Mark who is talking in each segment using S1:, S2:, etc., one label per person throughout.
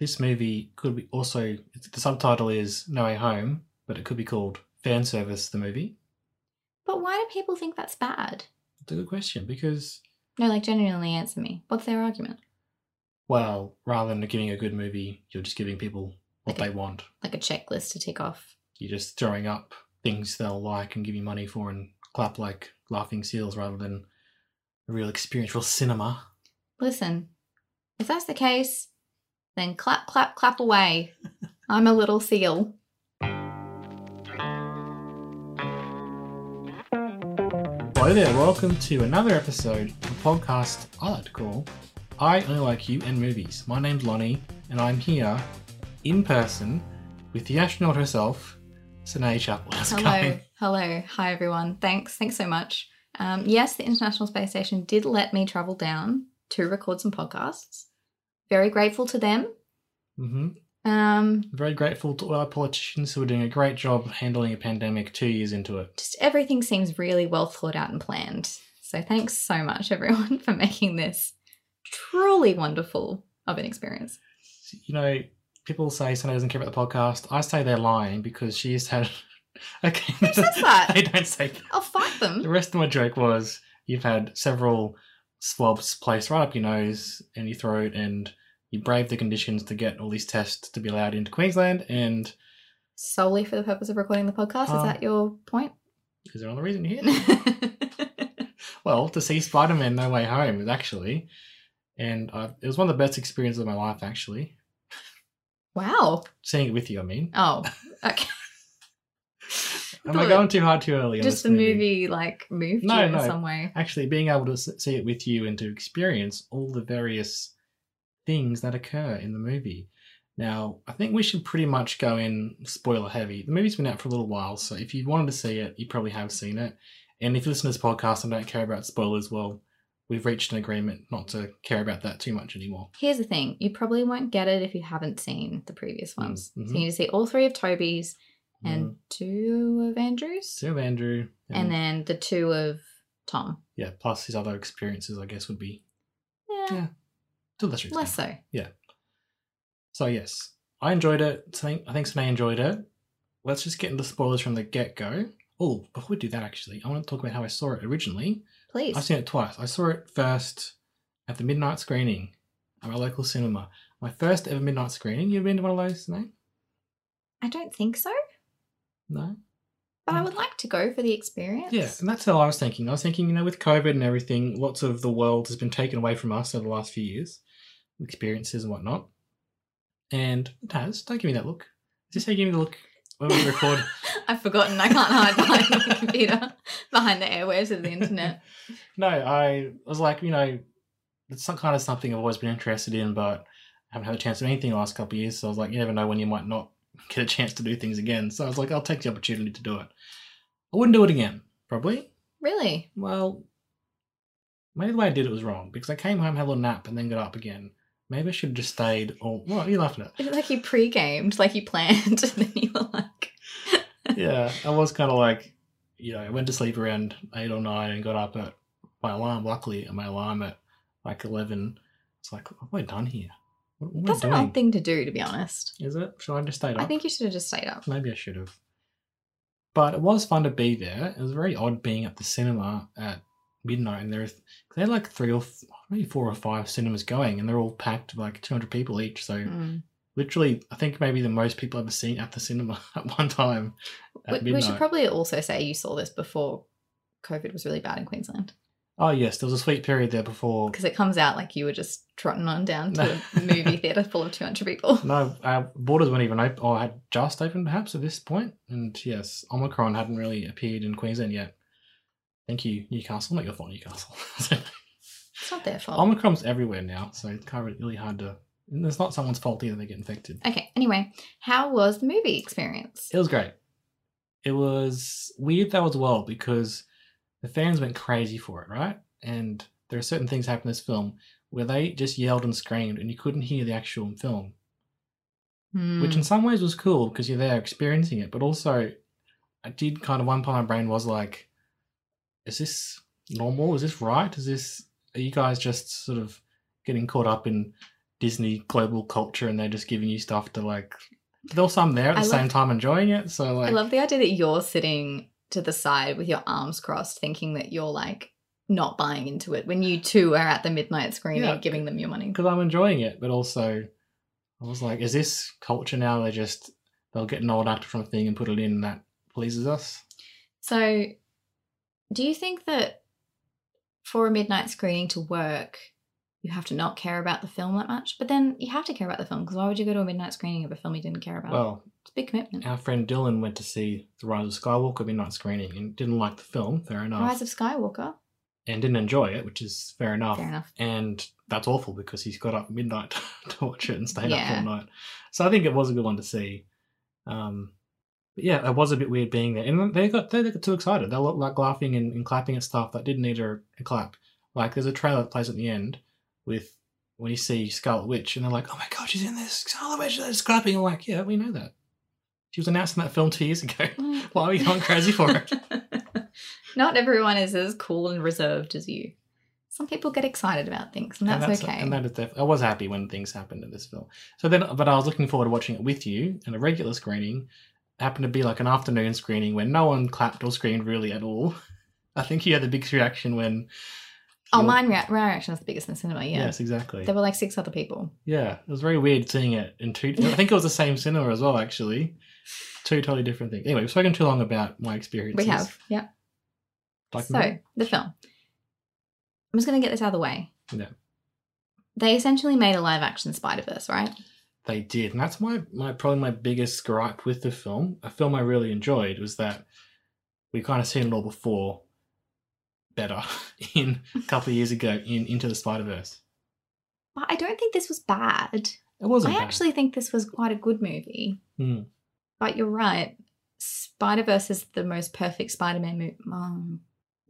S1: This movie could be also the subtitle is No Way Home, but it could be called Fan Service the Movie.
S2: But why do people think that's bad?
S1: It's a good question because
S2: No, like genuinely answer me. What's their argument?
S1: well, rather than giving a good movie, you're just giving people what
S2: Okay.
S1: they want.
S2: Like a checklist to tick off.
S1: You're just throwing up things they'll like and give you money for and clap like laughing seals rather than a real experiential cinema.
S2: Listen, if that's the case, then clap, clap, clap away. I'm a little seal.
S1: Hello there, welcome to another episode of a podcast I like to call I Only Like You and Movies. My name's Lonnie, and I'm here in person with the astronaut herself, Sinead Chapel. How's it
S2: Hello,
S1: going?
S2: hello, hi everyone. Thanks, thanks so much. Um, yes, the International Space Station did let me travel down to record some podcasts. Very grateful to them.
S1: hmm
S2: Um,
S1: Very grateful to all our politicians who are doing a great job handling a pandemic two years into it.
S2: just everything seems really well thought out and planned. So thanks so much, everyone, for making this truly wonderful of an experience.
S1: You know, people say Sinead doesn't care about the podcast. I say they're lying because she's had. Okay.
S2: Who says that?
S1: they don't say that.
S2: I'll fight
S1: The
S2: them.
S1: rest of my joke was you've had several swabs placed right up your nose and your throat, and you braved the conditions to get all these tests to be allowed into Queensland. And
S2: Solely for the purpose of recording the podcast. Is
S1: Um,
S2: that your point?
S1: is there another reason you're here? well, to see Spider Man No Way Home is actually, and I, it was one of the best experiences of my life actually.
S2: wow.
S1: Seeing it with you, I mean.
S2: Oh, okay.
S1: Am I
S2: Thought
S1: going too hard too early? on
S2: Just
S1: this
S2: the movie, like, moved
S1: No,
S2: you in
S1: no.
S2: some way.
S1: Actually, being able to s- see it with you and to experience all the various things that occur in the movie. Now, I think we should pretty much go in spoiler heavy. The movie's been out for a little while, so if you wanted to see it, you probably have seen it. And if you listen to this podcast and don't care about spoilers, well, we've reached an agreement not to care about that too much anymore.
S2: Here's the thing you probably won't get it if you haven't seen the previous ones. So
S1: mhm.
S2: you need to see all three of Toby's
S1: Mm-hmm.
S2: and two of Andrew's.
S1: so Andrew,
S2: and then the two of Tom.
S1: yeah, plus his other experiences, I guess, would be
S2: Yeah,
S1: Yeah, to a lesser extent.
S2: less so.
S1: So yes, I enjoyed it. I think I think Sinead enjoyed it. Let's just get into spoilers from the get go. Oh, before we do that, actually, I want to talk about how I saw it originally.
S2: Please.
S1: I've seen it twice. I saw it first at the midnight screening at my local cinema. My first ever midnight screening. You've been to one of those, Sinead?
S2: I don't think so,
S1: No.
S2: but I would like to go for the experience.
S1: Mm. Yeah, and that's how I was thinking. I was thinking, you know, with COVID and everything, lots of the world has been taken away from us over the last few years, experiences and whatnot. And it has. Don't give me that look. Is this how you give me the look when we record?
S2: I've forgotten. I can't hide behind the computer, behind the airwaves of the internet.
S1: No, I was like, you know, it's some kind of something I've always been interested in, but I haven't had a chance to do anything the last couple of years. So I was like, you never know when you might not get a chance to do things again. So I was like, I'll take the opportunity to do it. I wouldn't do it again, probably.
S2: Really?
S1: Well, maybe the way I did it was wrong because I came home, had a little nap, and then got up again. Maybe I should have just stayed all. Well, you laughing at?
S2: It's like you pre-gamed, like you planned, and then you were like,
S1: yeah, I was kind of like, you know, I went to sleep around eight or nine and got up at my alarm. Luckily, my alarm at like eleven. It's like, what have I done here? What, what am I
S2: "That's an
S1: doing?
S2: odd thing to do." To be honest,
S1: Is it? Should I have just stayed up?
S2: I think you should have just stayed up.
S1: Maybe I should have. But it was fun to be there. It was very odd being at the cinema at midnight, and there is they had like three or f- maybe four or five cinemas going, and they're all packed with like two hundred people each. So
S2: Mm.
S1: literally, I think maybe the most people I've ever seen at the cinema at one time. At
S2: We, we
S1: midnight.
S2: should probably also say you saw this before COVID was really bad in Queensland,
S1: Oh yes, there was a sweet period there before.
S2: because it comes out like you were just trotting on down to
S1: No.
S2: a movie theater full of two hundred people.
S1: No, uh, borders weren't even open, or had just opened perhaps at this point. And yes, Omicron hadn't really appeared in Queensland yet. Thank you, Newcastle. Not your fault, Newcastle.
S2: It's not their fault.
S1: Omicron's everywhere now, so it's kind of really hard to And it's not someone's fault either they get infected.
S2: Okay, anyway, how was the movie experience?
S1: It was great. It was weird though as well because the fans went crazy for it, right? And there are certain things happen in this film where they just yelled and screamed and you couldn't hear the actual film, which
S2: Mm.
S1: in some ways was cool because you're there experiencing it. But also, I did kind of one part of my brain was like, is this normal? Is this right? Is this, are you guys just sort of getting caught up in Disney global culture and they're just giving you stuff to like, there were some there at the
S2: I love-
S1: same time enjoying it. So, like,
S2: I love the idea that you're sitting to the side with your arms crossed, thinking that you're like not buying into it when you too are at the midnight screening
S1: Yeah.
S2: giving them your money.
S1: because I'm enjoying it, but also I was like, is this culture now? They just they'll get an old actor from a thing and put it in that pleases us.
S2: So, do you think that for a midnight screening to work, you have to not care about the film that much? But then you have to care about the film because why would you go to a midnight screening of a film you didn't care about?
S1: Well,
S2: it's a big commitment.
S1: our friend Dylan went to see The Rise of Skywalker midnight screening and didn't like the film, fair enough,
S2: Rise of Skywalker.
S1: and didn't enjoy it, which is fair enough.
S2: Fair enough.
S1: And that's awful because he's got up midnight to watch it and stayed up
S2: Yeah.
S1: all night. So I think it was a good one to see. Um, but yeah, it was a bit weird being there, and they got they got too excited. They looked like laughing and, and clapping at stuff that didn't need a, a clap. Like there's a trailer that plays at the end with when you see Scarlet Witch, and they're like, "Oh my god, she's in this Scarlet Witch!" They're just clapping. I'm like, "Yeah, we know that." She was announced in that film two years ago. Why are you going crazy for it?
S2: Not everyone is as cool and reserved as you. Some people get excited about things, and that's, okay.
S1: And that is def- I was happy when things happened in this film. So then, but I was looking forward to watching it with you. And a regular screening happened to be like an afternoon screening where no one clapped or screamed really at all. I think you had the biggest reaction when.
S2: oh,
S1: your-
S2: mine rea- my reaction was the biggest in the cinema. Yeah,
S1: Yes, exactly.
S2: there were like six other people.
S1: Yeah, it was very weird seeing it in two. I think it was the same cinema as well, actually. Two totally different things. Anyway, we've spoken too long about my experiences.
S2: we have, yeah.
S1: Like,
S2: so the film. I'm just going to get this out of the way.
S1: Yeah.
S2: They essentially made a live action Spider Verse, right?
S1: They did, and that's my my probably my biggest gripe with the film. A film I really enjoyed was that we kind of seen it all before, better in a couple of years ago in Into the Spider Verse.
S2: But I don't think this was bad.
S1: It wasn't.
S2: I
S1: bad.
S2: actually think this was quite a good movie.
S1: Hmm.
S2: But you're right. Spider Verse is the most perfect Spider Man movie. Um,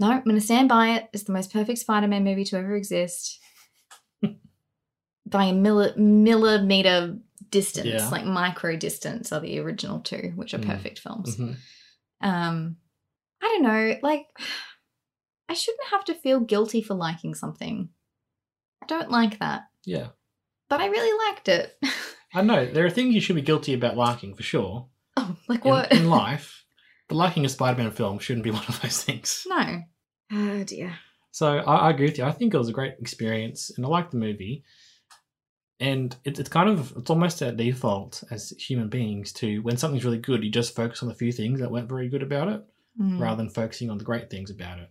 S2: no, I'm going to stand by it. It's the most perfect Spider Man movie to ever exist by a milli- millimeter distance,
S1: Yeah.
S2: like micro distance, are the original two, which are
S1: Mm.
S2: perfect films.
S1: Mhm.
S2: Um, I don't know. Like, I shouldn't have to feel guilty for liking something. I don't like that,
S1: Yeah,
S2: but I really liked it.
S1: I know there are things you should be guilty about liking for sure
S2: oh, like
S1: in,
S2: what?
S1: in life, but liking a Spider Man film shouldn't be one of those things.
S2: no. Oh dear.
S1: So I, I agree with you. I think it was a great experience, and I liked the movie. And it, it's kind of it's almost our default as human beings to when something's really good, you just focus on the few things that weren't very good about it,
S2: Mm.
S1: rather than focusing on the great things about it.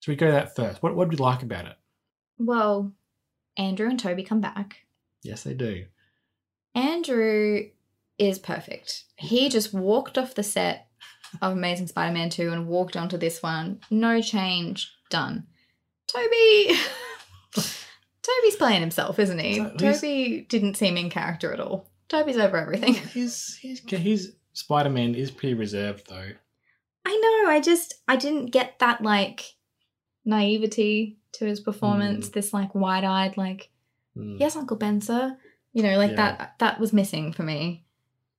S1: So we go to that first. What what did we like about it?
S2: Well, Andrew and Toby come back.
S1: Yes, they do.
S2: Andrew is perfect. He just walked off the set of Amazing Spider Man 2 and walked onto this one. No change, done. Toby. Toby's playing himself, isn't he?
S1: So he's-
S2: Toby didn't seem in character at all. Toby's over everything.
S1: His his his Spider Man is pretty reserved though.
S2: I know. I just I didn't get that like naivety to his performance. This like wide-eyed like
S1: Mm,
S2: yes, Uncle Ben, sir. You know, like
S1: Yeah.
S2: that that was missing for me.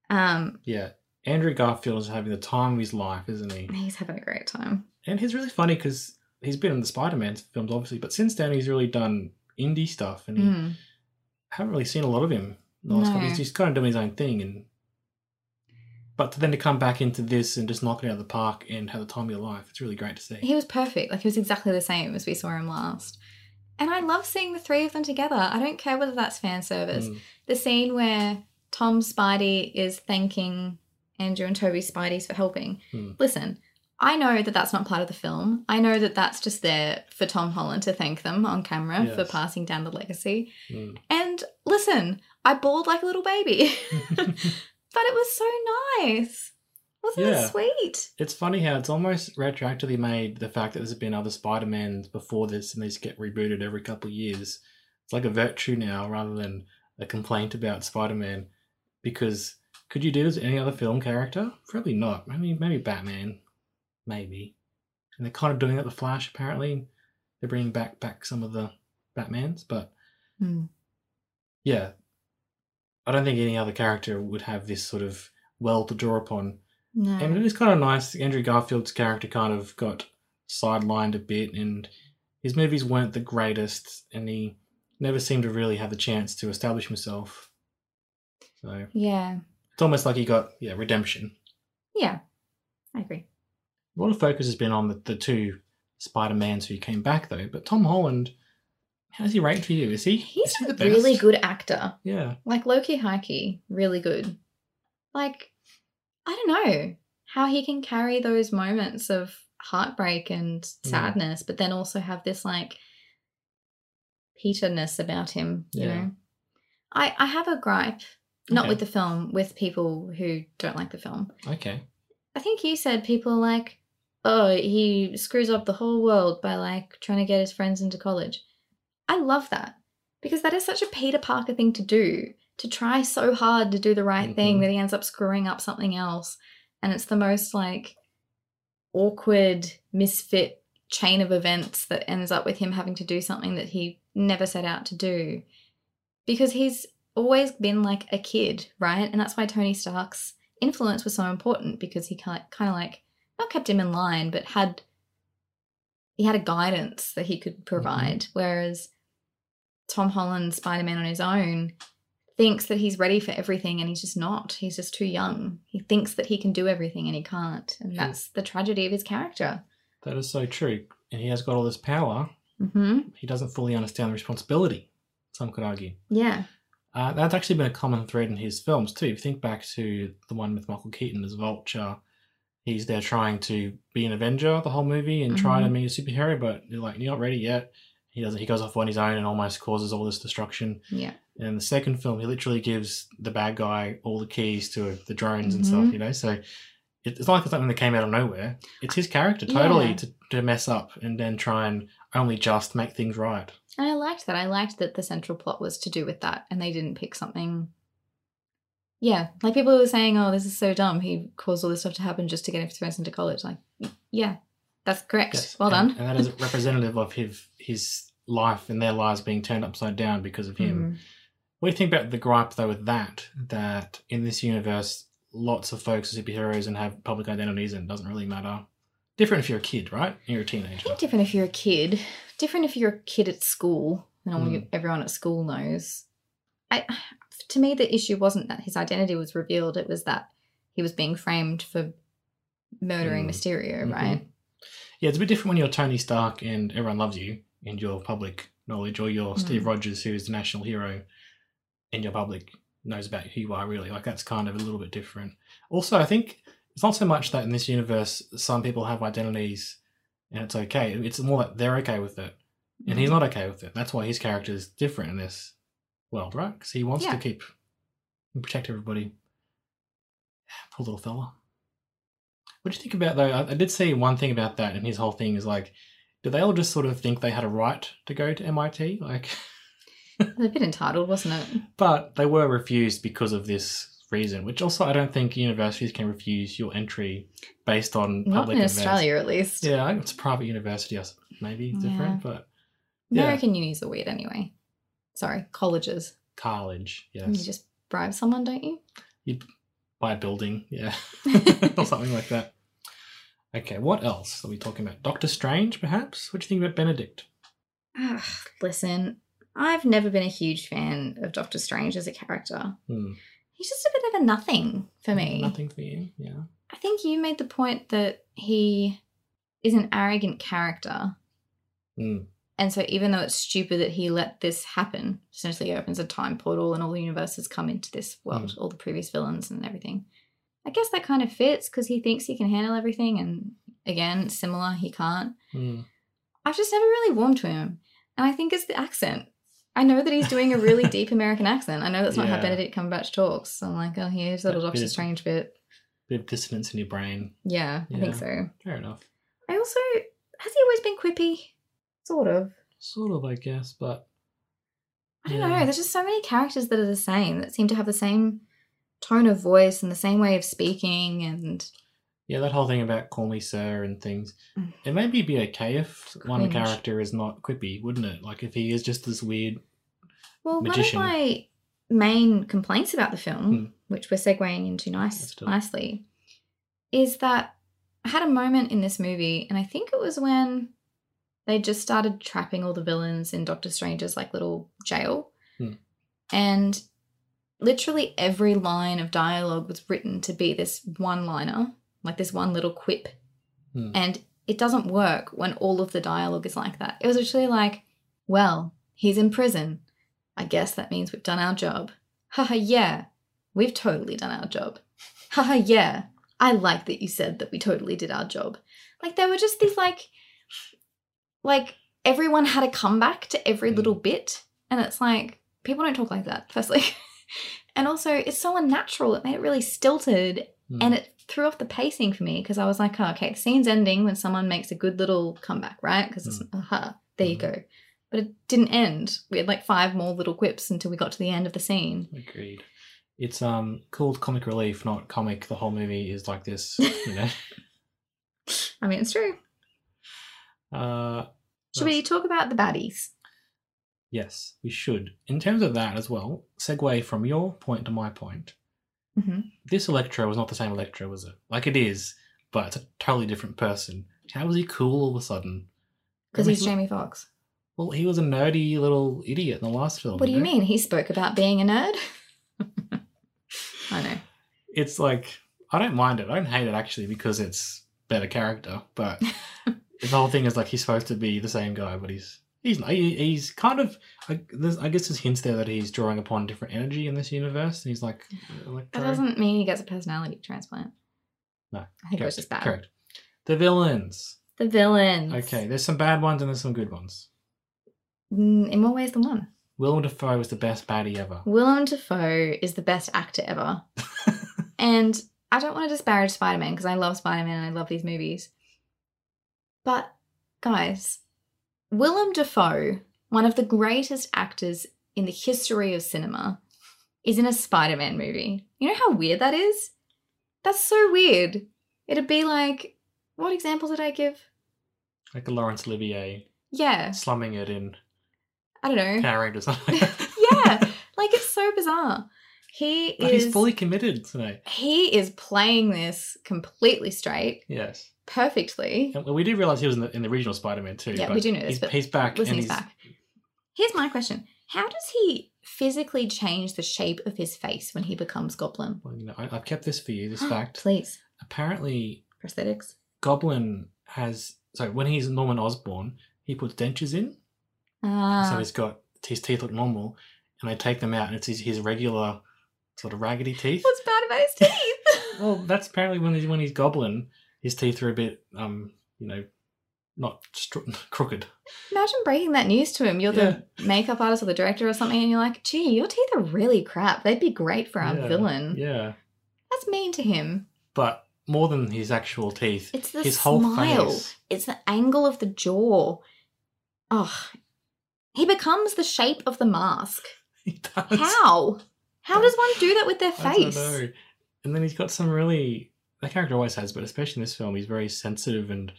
S2: Um,
S1: Yeah. Andrew Garfield is having the time of his life, isn't he?
S2: he's having a great time.
S1: And he's really funny because he's been in the Spider Man films, obviously, but since then he's really done indie stuff, and he,
S2: Mm.
S1: I haven't really seen a lot of him. in the last couple-
S2: No.
S1: He's just kind of doing his own thing, and but to then to come back into this and just knock it out of the park and have the time of your life, it's really great to see.
S2: He was perfect. Like he was exactly the same as we saw him last. And I love seeing the three of them together. I don't care whether that's fan service.
S1: Mm.
S2: The scene where Tom Spidey is thanking Andrew and Toby Spideys for helping.
S1: Mm.
S2: Listen, I know that that's not part of the film. I know that that's just there for Tom Holland to thank them on camera for
S1: Yes.
S2: passing down the legacy.
S1: Mm.
S2: And listen, I bawled like a little baby. but it was so nice. Wasn't
S1: Yeah.
S2: it sweet?
S1: It's funny how it's almost retroactively made the fact that there's been other Spider Mans before this, and these get rebooted every couple of years. It's like a virtue now, rather than a complaint about Spider Man because could you do this with any other film character? Probably not. Maybe maybe Batman, maybe. And they're kind of doing it with the Flash. Apparently, they're bringing back back some of the Batmans, but
S2: Hmm.
S1: yeah, I don't think any other character would have this sort of well to draw upon.
S2: No.
S1: And it is kind of nice. Andrew Garfield's character kind of got sidelined a bit, and his movies weren't the greatest, and he never seemed to really have the chance to establish himself. So
S2: yeah.
S1: it's almost like he got yeah redemption.
S2: Yeah. I agree.
S1: A lot of focus has been on the, the two Spider Mans who came back though, but Tom Holland, how's he rate for you? Is he
S2: He's
S1: is he
S2: a
S1: the
S2: really
S1: best?
S2: good actor.
S1: Yeah,
S2: Like Loki Hikey, really good. Like, I don't know how he can carry those moments of heartbreak and
S1: Mm.
S2: sadness, but then also have this like Peterness about him, you
S1: Yeah.
S2: know. I, I have a gripe, not
S1: Okay.
S2: with the film, with people who don't like the film.
S1: okay,
S2: I think you said people are like, oh, he screws up the whole world by like trying to get his friends into college. I love that because that is such a Peter Parker thing to do to try so hard to do the right
S1: Mhm.
S2: thing that he ends up screwing up something else. And it's the most like awkward, misfit chain of events that ends up with him having to do something that he never set out to do because he's always been like a kid, right? And that's why Tony Stark's influence was so important because he kind of like not kept him in line, but had he had a guidance that he could provide. Whereas Tom Holland, Spider Man on his own, thinks that he's ready for everything and he's just not. He's just too young. He thinks that he can do everything and he can't. And
S1: Mm.
S2: that's the tragedy of his character.
S1: that is so true. And he has got all this power.
S2: hmm
S1: He doesn't fully understand the responsibility. Some could argue.
S2: Yeah.
S1: Uh, that's actually been a common thread in his films too. If you think back to the one with Michael Keaton as Vulture, he's there trying to be an Avenger the whole movie and try to be a superhero, but you're like you're not ready yet. He doesn't. He goes off on his own and almost causes all this destruction.
S2: Yeah.
S1: And in the second film, he literally gives the bad guy all the keys to the drones and stuff.
S2: Mhm.
S1: You know, so it- it's not like it's something that came out of nowhere. It's his character totally
S2: Yeah.
S1: to, to mess up and then try and only just make things right.
S2: And I liked that. I liked that the central plot was to do with that and they didn't pick something. Yeah. Like people were saying, oh, this is so dumb. He caused all this stuff to happen just to get his friends into college. Like, yeah, that's correct.
S1: Yes,
S2: Well
S1: and-
S2: done.
S1: And that is representative of his his life and their lives being turned upside down because of him.
S2: Mhm.
S1: What do you think about the gripe though with that? That in this universe, lots of folks are superheroes and have public identities, and it doesn't really matter. Different if you're a kid, right? You're a
S2: I
S1: teenager.
S2: think different if you're a kid. Different if you're a kid at school. And all
S1: Mm.
S2: you- everyone at school knows. I, to me, the issue wasn't that his identity was revealed. It was that he was being framed for murdering
S1: Mm.
S2: Mysterio,
S1: Mhm.
S2: right?
S1: Yeah, it's a bit different when you're Tony Stark and everyone loves you and your public knowledge, or you're Steve
S2: Mm.
S1: Rogers, who is the national hero, and your public knows about who you are really. Like that's kind of a little bit different. Also, I think it's not so much that in this universe some people have identities and it's okay. It's more that they're okay with it and
S2: Mm-hmm.
S1: he's not okay with it. That's why his character is different in this world, right? Because he wants to
S2: Yeah.
S1: keep and protect everybody. Poor little fella. What do you think about though? I, I did see one thing about that, and his whole thing is like, did they all just sort of think they had a right to go to MIT? Like,
S2: It was a bit entitled, wasn't it?
S1: but they were refused because of this reason, which also I don't think universities can refuse your entry based on
S2: Not
S1: public
S2: in
S1: events.
S2: Australia, at least.
S1: Yeah, it's a private university. I s- Maybe it's different, but Yeah.
S2: American unis are weird anyway. Sorry, colleges.
S1: college, yes.
S2: You just bribe someone, don't you?
S1: by a building, yeah, or something like that. Okay, what else are we talking about? Doctor Strange, perhaps? What do you think about Benedict?
S2: Ugh, Ah, Listen, I've never been a huge fan of Doctor Strange as a character.
S1: Hmm.
S2: He's just a bit of a nothing for me.
S1: Nothing for you, yeah.
S2: I think you made the point that he is an arrogant character.
S1: Hmm.
S2: And so, even though it's stupid that he let this happen, essentially he opens a time portal and all the universes come into this
S1: Hmm.
S2: world, all the previous villains and everything. I guess that kind of fits because he thinks he can handle everything, and again, similar, he can't.
S1: Hmm.
S2: I've just never really warmed to him, and I think it's the accent. I know that he's doing a really deep American accent. I know that's not
S1: Yeah.
S2: how Benedict Cumberbatch talks. So I'm like, oh, here's a little
S1: That
S2: Doctor
S1: bit.
S2: Strange bit.
S1: Bit of dissonance in your brain.
S2: Yeah, I
S1: Yeah.
S2: think so.
S1: Fair enough.
S2: I also has he always been quippy? Sort of.
S1: Sort of, I guess, but
S2: I don't
S1: Yeah.
S2: know. There's just so many characters that are the same that seem to have the same tone of voice and the same way of speaking. And
S1: Yeah, that whole thing about call me sir and things.
S2: Mm.
S1: It may be be okay if one
S2: Cringe.
S1: character is not quippy, wouldn't it? Like if he is just this weird.
S2: well,
S1: Magician.
S2: one of my main complaints about the film,
S1: Hmm.
S2: which we're segueing into
S1: Let's
S2: nice
S1: do it.
S2: nicely, is that I had a moment in this movie, and I think it was when they just started trapping all the villains in Doctor Strange's like little jail,
S1: Hmm.
S2: and literally every line of dialogue was written to be this one liner, like this one little quip
S1: Hmm.
S2: and it doesn't work when all of the dialogue is like that. It was literally like, well, he's in prison. I guess that means we've done our job. Haha, yeah, we've totally done our job. Haha, yeah, I like that you said that we totally did our job. Like, there were just these, like, like everyone had a comeback to every
S1: Mm.
S2: little bit. And it's like, people don't talk like that, firstly. and also, it's so unnatural. It made it really stilted
S1: Hmm.
S2: and it threw off the pacing for me because I was like, oh, okay, the scene's ending when someone makes a good little comeback, right? Because it's, aha, there you
S1: Mhm.
S2: go. But it didn't end. We had like five more little quips until we got to the end of the scene.
S1: Agreed. It's um called comic relief, not comic. The whole movie is like this, you know.
S2: I mean, it's true.
S1: Uh,
S2: Should we talk about the baddies?
S1: Yes, we should. In terms of that as well, segue from your point to my point.
S2: hmm
S1: This Electro was not the same Electro, was it? Like it is, but it's a totally different person. How was he cool all of a sudden?
S2: Because
S1: I mean,
S2: he's Jamie Foxx.
S1: Well, he was a nerdy little idiot in the last film.
S2: What do you
S1: no?
S2: mean? He spoke about being a nerd? I know.
S1: It's like I don't mind it. I don't hate it actually because it's better character. But the whole thing is like he's supposed to be the same guy, but he's he's not. He, he's kind of. I, there's, I guess there's hints there that he's drawing upon different energy in this universe, and he's like Electro.
S2: That doesn't mean he gets a personality transplant.
S1: No,
S2: I think it was just bad.
S1: Correct. The villains.
S2: The villains.
S1: Okay, there's some bad ones and there's some good ones.
S2: Mm, In more ways than one.
S1: Willem Dafoe was the best baddie ever.
S2: Willem Dafoe is the best actor ever. and I don't want to disparage Spider Man because I love Spider Man and I love these movies. But, guys, Willem Dafoe, one of the greatest actors in the history of cinema, is in a Spider Man movie. You know how weird that is? That's so weird. It'd be like, what example did I give?
S1: Like a Laurence Olivier
S2: Yeah,
S1: slumming it in
S2: I don't know.
S1: Power Rangers.
S2: yeah, like it's so bizarre. He
S1: But
S2: is.
S1: he's fully committed tonight.
S2: he is playing this completely straight,
S1: Yes.
S2: perfectly.
S1: And we did realize he was in the, in the original Spider Man too.
S2: Yeah,
S1: but
S2: we do know this,
S1: He's,
S2: but
S1: he's back.
S2: Listen,
S1: and
S2: he's back. Here's my question: How does he physically change the shape of his face when he becomes Goblin?
S1: Well, you know, I, I've kept this for you, this fact.
S2: Please,
S1: Apparently,
S2: prosthetics.
S1: Goblin has. So when he's Norman Osborn, he puts dentures in. So
S2: Ah,
S1: he's got his teeth look normal, and they take them out, and it's his, his regular sort of raggedy teeth.
S2: what's bad about his teeth?
S1: Well, that's apparently when he's when he's goblin, his teeth are a bit, um, you know, not str- crooked.
S2: Imagine breaking that news to him. You're the makeup artist or the director or something, and you're like, "Gee, your teeth are really crap. They'd be great for our
S1: Yeah,
S2: villain."
S1: Yeah,
S2: That's mean to him.
S1: but more than his actual teeth,
S2: It's the
S1: his whole
S2: smile.
S1: face.
S2: It's the angle of the jaw. Oh, he becomes the shape of the mask.
S1: He does.
S2: How? How does one do that with their
S1: I
S2: face?
S1: don't know. And then he's got some really. That character always has, but especially in this film, he's very sensitive. And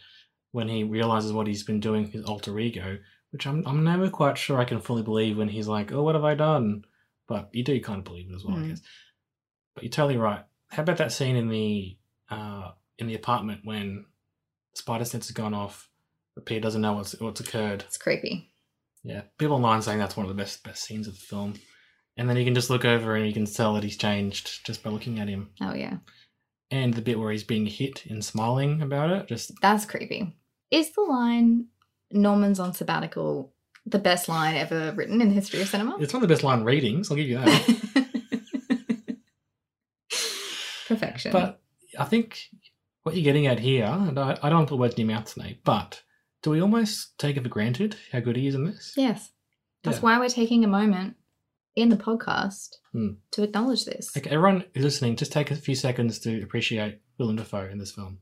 S1: when he realizes what he's been doing, his alter ego, which I'm I'm never quite sure I can fully believe. When he's like, "Oh, what have I done?" But you do kind of believe it as well, I
S2: Mm.
S1: guess. But you're totally right. How about that scene in the uh, in the apartment when spider sense has gone off, but Peter doesn't know what's what's occurred.
S2: It's creepy.
S1: Yeah, people online saying that's one of the best best scenes of the film. And then you can just look over and you can tell that he's changed just by looking at him.
S2: Oh yeah,
S1: And the bit where he's being hit and smiling about it, just
S2: that's creepy. Is the line "Norman's on sabbatical" the best line ever written in the history of cinema?
S1: it's one of the best line readings. I'll give you that.
S2: Perfection.
S1: but I think what you're getting at here, and I, I don't want to put words in your mouth tonight, but do we almost take it for granted how good he is in this?
S2: yes, that's
S1: Yeah.
S2: why we're taking a moment in the podcast
S1: Hmm.
S2: to acknowledge this.
S1: Like everyone who's listening, just take a few seconds to appreciate Willem Dafoe in this film.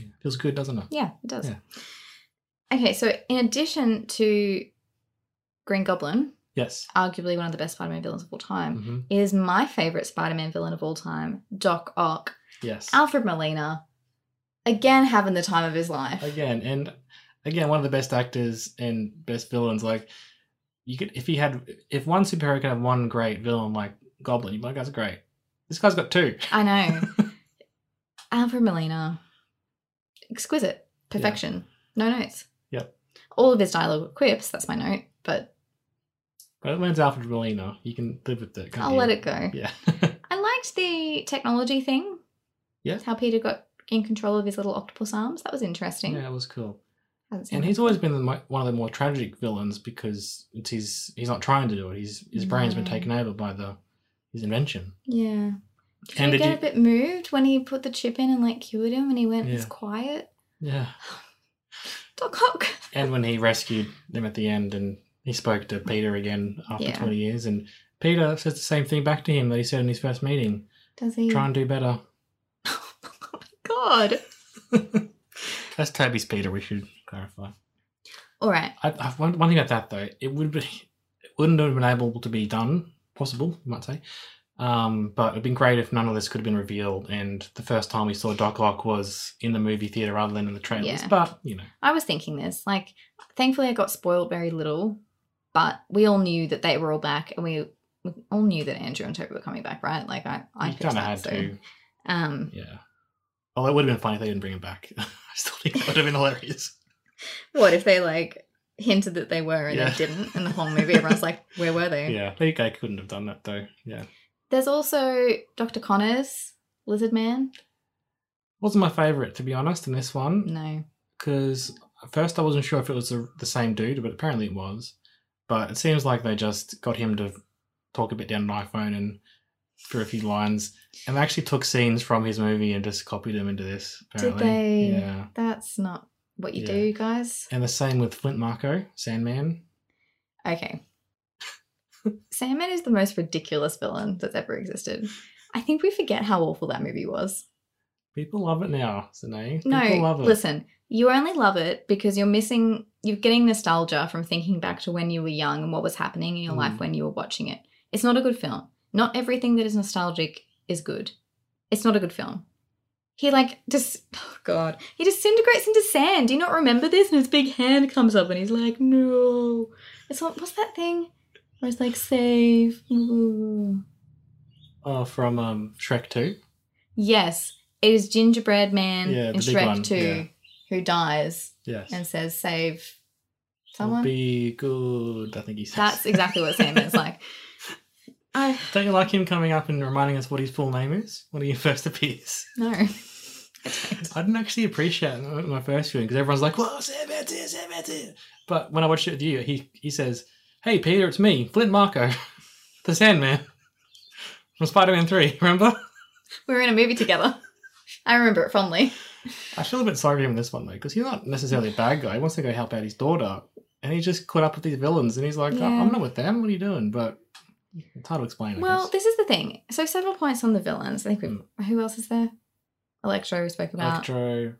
S1: Yeah, feels good, doesn't it?
S2: Yeah, it does.
S1: Yeah.
S2: Okay, so in addition to Green Goblin,
S1: Yes.
S2: arguably one of the best Spider Man villains of all time,
S1: hmm
S2: is my favorite Spider Man villain of all time, Doc Ock.
S1: Yes.
S2: Alfred Molina, again, having the time of his life.
S1: again and again one of the best actors and best villains like you could if he had if one superhero could have one great villain like goblin you'd be like that's great this guy's got two
S2: I know. Alfred Molina, exquisite, perfection, no notes.
S1: Yep.
S2: All of his dialogue were quips, that's my note, but
S1: but when it's alfred molina you can live with it can't
S2: I'll
S1: you?
S2: let it go.
S1: yeah
S2: I liked the technology thing.
S1: Yeah.
S2: How Peter got in control of his little octopus arms. That was interesting.
S1: yeah it was cool
S2: Hasn't seen
S1: and
S2: that.
S1: he's always been the, mo- one of the more tragic villains because it's his he's not trying to do it he's, his brain's been
S2: No.
S1: taken over by the his invention
S2: Yeah. Did
S1: And
S2: you
S1: did
S2: get
S1: you-
S2: a bit moved when he put the chip in and like cured him and he went, it's
S1: Yeah.
S2: quiet?
S1: yeah
S2: Doc Ock.
S1: and when he rescued them at the end and he spoke to Peter again after
S2: Yeah.
S1: 20 years and Peter says the same thing back to him that he said in his first meeting
S2: Does he?
S1: try and do better
S2: oh my god.
S1: that's Toby's Peter we should clarify
S2: All right.
S1: I, I, one, one thing about that though it would be it wouldn't have been able to be done possible you might say um, but it'd been great if none of this could have been revealed and the first time we saw Doc Ock was in the movie theater rather than in the trailers
S2: Yeah.
S1: but you know
S2: I was thinking this. Like, thankfully, I got spoiled very little, but we all knew that they were all back, and we, we all knew that Andrew and Toby were coming back, right? Like, I, I
S1: you
S2: picked
S1: kind of
S2: that,
S1: had
S2: so,
S1: to
S2: Um,
S1: yeah well Oh, it would have been funny if they didn't bring him back I still think that would have been hilarious
S2: what if they like hinted that they were and
S1: Yeah.
S2: they didn't, and the whole movie everyone's like, where were they?
S1: Yeah, Lady Gaga couldn't have done that though. Yeah,
S2: There's also Doctor Connors, Lizard Man.
S1: wasn't my favorite to be honest in this one
S2: No,
S1: because at first I wasn't sure if it was the, the same dude, but apparently it was. But it seems like they just got him to talk a bit down an iPhone and for a few lines, and they actually took scenes from his movie and just copied them into this. Apparently,
S2: they?
S1: Yeah,
S2: that's not what you
S1: Yeah.
S2: do, guys.
S1: and the same with Flint Marco, Sandman.
S2: Okay. Sandman is the most ridiculous villain that's ever existed. I think we forget how awful that movie was.
S1: People love it now, Sine.
S2: No,
S1: People love it.
S2: listen, you only love it because you're missing, you're getting nostalgia from thinking back to when you were young and what was happening in your life
S1: Mm.
S2: when you were watching it. It's not a good film. Not everything that is nostalgic is good. It's not a good film. He like just oh god, he disintegrates into sand. Do you not remember this? And his big hand comes up and he's like, no. It's what what's that thing? Where it's like save. Ooh.
S1: Oh, from um, Shrek Two.
S2: Yes, it is Gingerbread Man
S1: Yeah, the
S2: in
S1: big
S2: Shrek
S1: one,
S2: 2
S1: yeah.
S2: who dies
S1: Yes.
S2: and says, save
S1: It'll
S2: someone.
S1: Be good. I think he says.
S2: That's exactly what Sam is like. I
S1: Don't you like him coming up and reminding us what his full name is when he first appears?
S2: no.
S1: I didn't actually appreciate it in my first viewing because everyone's like, "Whoa, Sandman's here, Sandman's here!" But when I watched it with you, he he says, "Hey, Peter, it's me, Flint Marco, the Sandman from Spider-Man Three. Remember?"
S2: We were in a movie together. I remember it fondly.
S1: I feel a bit sorry for him in this one though because he's not necessarily a bad guy. He wants to go help out his daughter, and he's just caught up with these villains, and he's like, "Oh,
S2: Yeah.
S1: "I'm not with them. What are you doing?" But it's hard to explain. I
S2: Well,
S1: guess.
S2: this is the thing. So several points on the villains. I think we've, who else is there? Electro we spoke about.
S1: Hmm. Electro,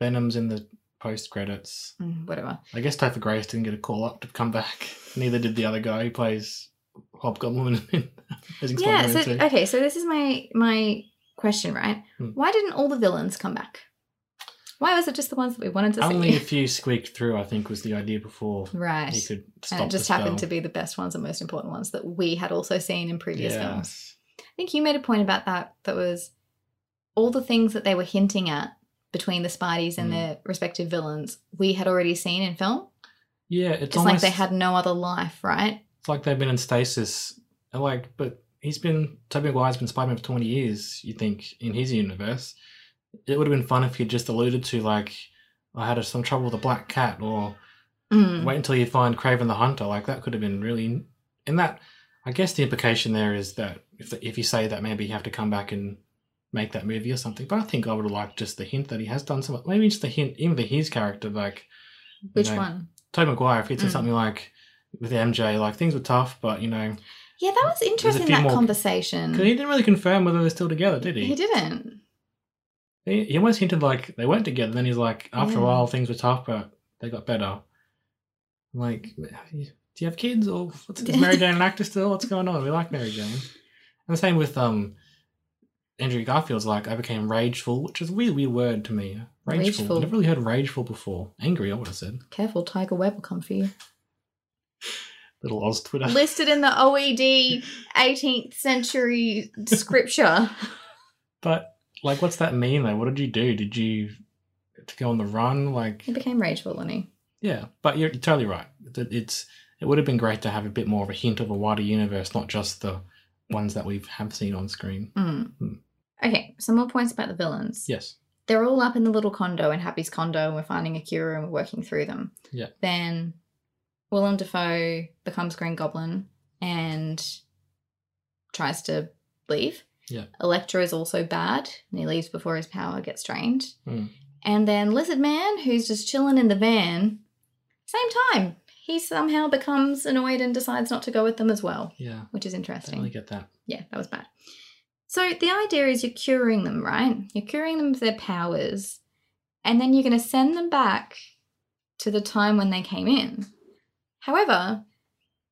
S1: Venom's in the post credits.
S2: Mm, whatever.
S1: I guess Topher Grace didn't get a call up to come back. Neither did the other guy who plays Hobgoblin in Amazing
S2: yeah. So
S1: Spider-Man 2.
S2: okay. So this is my my question, right?
S1: Hmm.
S2: Why didn't all the villains come back? Why was it just the ones that we wanted to
S1: Only
S2: see?
S1: a few squeaked through, I think, was the idea before
S2: right.
S1: he could stop
S2: and it just
S1: the
S2: happened to
S1: spell.
S2: be the best ones and most important ones that we had also seen in previous
S1: Yes.
S2: films. I think you made a point about that that was all the things that they were hinting at between the Spideys and
S1: Mm.
S2: their respective villains we had already seen in film.
S1: Yeah, it's
S2: It's
S1: almost
S2: like they had no other life, right?
S1: it's like they've been in stasis. And Like, but he's been Tobey Maguire's been Spider-Man for twenty years. You think in his universe, it would have been fun if he just alluded to like, I had some trouble with a black cat, or
S2: Mm.
S1: wait until you find Craven the Hunter. Like that could have been really, and that I guess the implication there is that if if you say that maybe you have to come back and make that movie or something. But I think I would have liked just the hint that he has done something. Maybe just the hint, even for his character, like you
S2: Which
S1: know,
S2: one?
S1: Tobey Maguire, if he said
S2: Mm.
S1: something like with MJ, like things were tough, but you know,
S2: Yeah, that was interesting
S1: few
S2: that
S1: more-
S2: conversation.
S1: 'cause he didn't really confirm whether they're still together, did he?
S2: Mm-hmm. He didn't.
S1: He, he almost hinted like they weren't together. Then he's like, after
S2: Yeah.
S1: a while, things were tough, but they got better. Like, do do you have kids or what's, is Mary Jane an actor still? What's going on? We like Mary Jane. And the same with um, Andrew Garfield's like, I became rageful, which is a weird, weird word to me. Rageful.
S2: Rageful.
S1: I've never really heard rageful before. Angry, I would have said.
S2: Careful, Tiger Web will come for you.
S1: Little Oz Twitter.
S2: Listed in the OED 18th century scripture.
S1: But like, what's that mean? Like, what did you do? Did you to go on the run? Like,
S2: He became rageful, didn't he?
S1: yeah. But you're, you're totally right. That it's it would have been great to have a bit more of a hint of a wider universe, not just the ones that we have seen on screen.
S2: Mm.
S1: Hmm.
S2: Okay, some more points about the villains.
S1: Yes.
S2: They're all up in the little condo in Happy's condo, and we're finding a cure and we're working through them.
S1: Yeah.
S2: Then Willem Dafoe becomes Green Goblin and tries to leave.
S1: Yeah.
S2: Elektra is also bad, and he leaves before his power gets drained.
S1: Hmm.
S2: And then Lizard Man, who's just chilling in the van, same time. He somehow becomes annoyed and decides not to go with them as well,
S1: Yeah.
S2: which is
S1: I
S2: interesting
S1: totally get that.
S2: yeah, that was bad. So the idea is you're curing them, right? You're curing them of their powers, and then you're going to send them back to the time when they came in. However,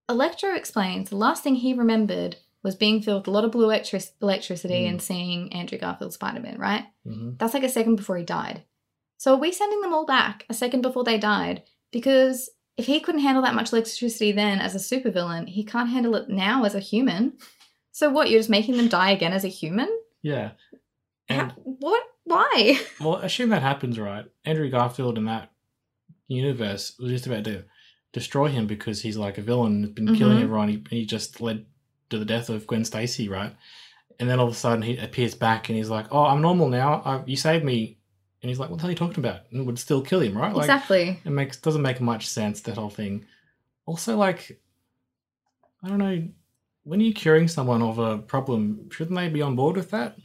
S2: Electro explains the last thing he remembered was being filled with a lot of blue electric- electricity
S1: Mm.
S2: and seeing Andrew Garfield Spider Man, right?
S1: hmm
S2: That's like a second before he died. So are we sending them all back a second before they died? Because if he couldn't handle that much electricity then as a supervillain, he can't handle it now as a human. So what? You're just making them die again as a human?
S1: Yeah.
S2: How,
S1: And
S2: what? Why?
S1: well, assume that happens, right? Andrew Garfield in that universe was just about to destroy him because he's like a villain, has been killing
S2: Mhm.
S1: everyone. He, he just led to the death of Gwen Stacy, right? And then all of a sudden he appears back and he's like, "Oh, I'm normal now. I, you saved me." And he's like, "What the hell are you talking about?" And would still kill him, right? Like
S2: exactly.
S1: it makes doesn't make much sense that whole thing. Also, like, I don't know. When you're curing someone of a problem, shouldn't they be on board with that?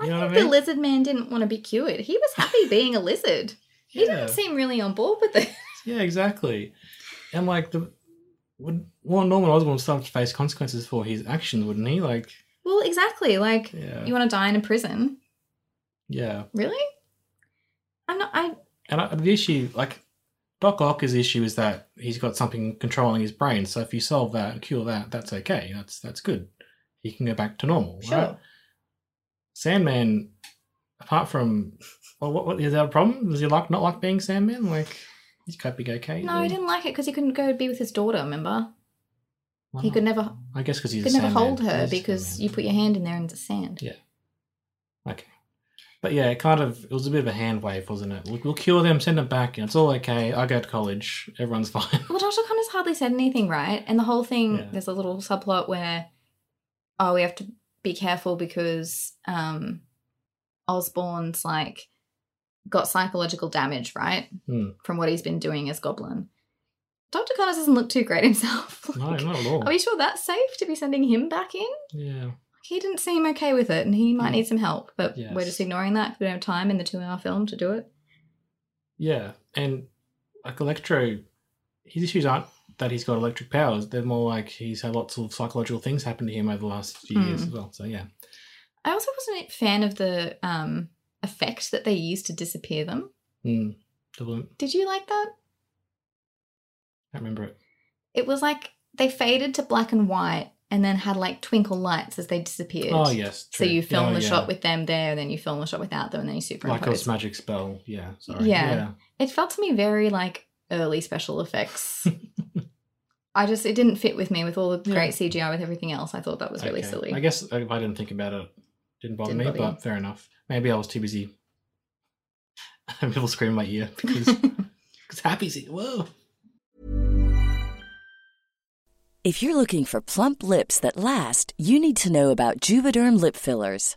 S2: I think the lizard man didn't want to be cured. He was happy being a lizard. He
S1: Yeah.
S2: didn't seem really on board with it.
S1: Yeah, exactly. And like the would well Norman Osborn would start to face consequences for his actions, wouldn't he? Like
S2: Well, exactly. Like
S1: yeah.
S2: you want to die in a prison,
S1: yeah.
S2: really? I'm not. I
S1: And I, the issue like Doc Ock's issue is that he's got something controlling his brain. So if you solve that, cure that, that's okay. That's that's good. He can go back to normal,
S2: sure.
S1: right? Sandman apart from well what, what is that a problem? Does he like not like being Sandman? Like he's coping okay.
S2: No, he didn't like it because he couldn't go be with his daughter. Remember,
S1: Why
S2: he
S1: not?
S2: could never
S1: I guess because he's
S2: could
S1: a
S2: never
S1: Sandman.
S2: hold her
S1: He's a
S2: because
S1: Sandman.
S2: you put your hand in there and it's sand.
S1: Yeah. Okay. But yeah, it kind of it was a bit of a hand wave, wasn't it? We'll, we'll cure them, send them back, and it's all okay. I go to college, everyone's fine.
S2: Well, Doctor Connors hardly said anything, right? And the whole thing,
S1: Yeah.
S2: there's a little subplot where, oh, we have to be careful because um, Osborne's like got psychological damage, right,
S1: Hmm.
S2: from what he's been doing as Goblin. Doctor Connors doesn't look too great himself.
S1: No,
S2: Like,
S1: not at all.
S2: Are we sure that's safe to be sending him back in?
S1: yeah,
S2: he didn't seem okay with it and he might
S1: Mm.
S2: need some help but we're
S1: Yes.
S2: just ignoring that 'cause we don't have time in the two hour film to do it
S1: yeah, and like Electro, his issues aren't that he's got electric powers. They're more like he's had lots of psychological things happen to him over the last few years
S2: Mm.
S1: as well. So yeah,
S2: i also wasn't a fan of the um, effect that they used to disappear them
S1: mm. Double, can't
S2: did you like that
S1: remember it.
S2: it was like they faded to black and white and then had like twinkle lights as they disappeared
S1: Oh yes,
S2: so
S1: true.
S2: you film
S1: Yeah,
S2: the
S1: yeah.
S2: shot with them there and then you film the shot without them and then you superimpose
S1: like a magic spell. Yeah, sorry.
S2: Yeah.
S1: yeah.
S2: it felt to me very like early special effects i just it didn't fit with me with all the
S1: Yeah.
S2: great cgi with everything else i thought that was really
S1: Okay.
S2: silly
S1: I guess if I didn't think about it, didn't bother
S2: Didn't
S1: me,
S2: bother you.
S1: but fair enough. Maybe I was too busy. People scream in my ear because it's happy's here. Whoa.
S3: If you're looking for plump lips that last, you need to know about Juvederm lip fillers.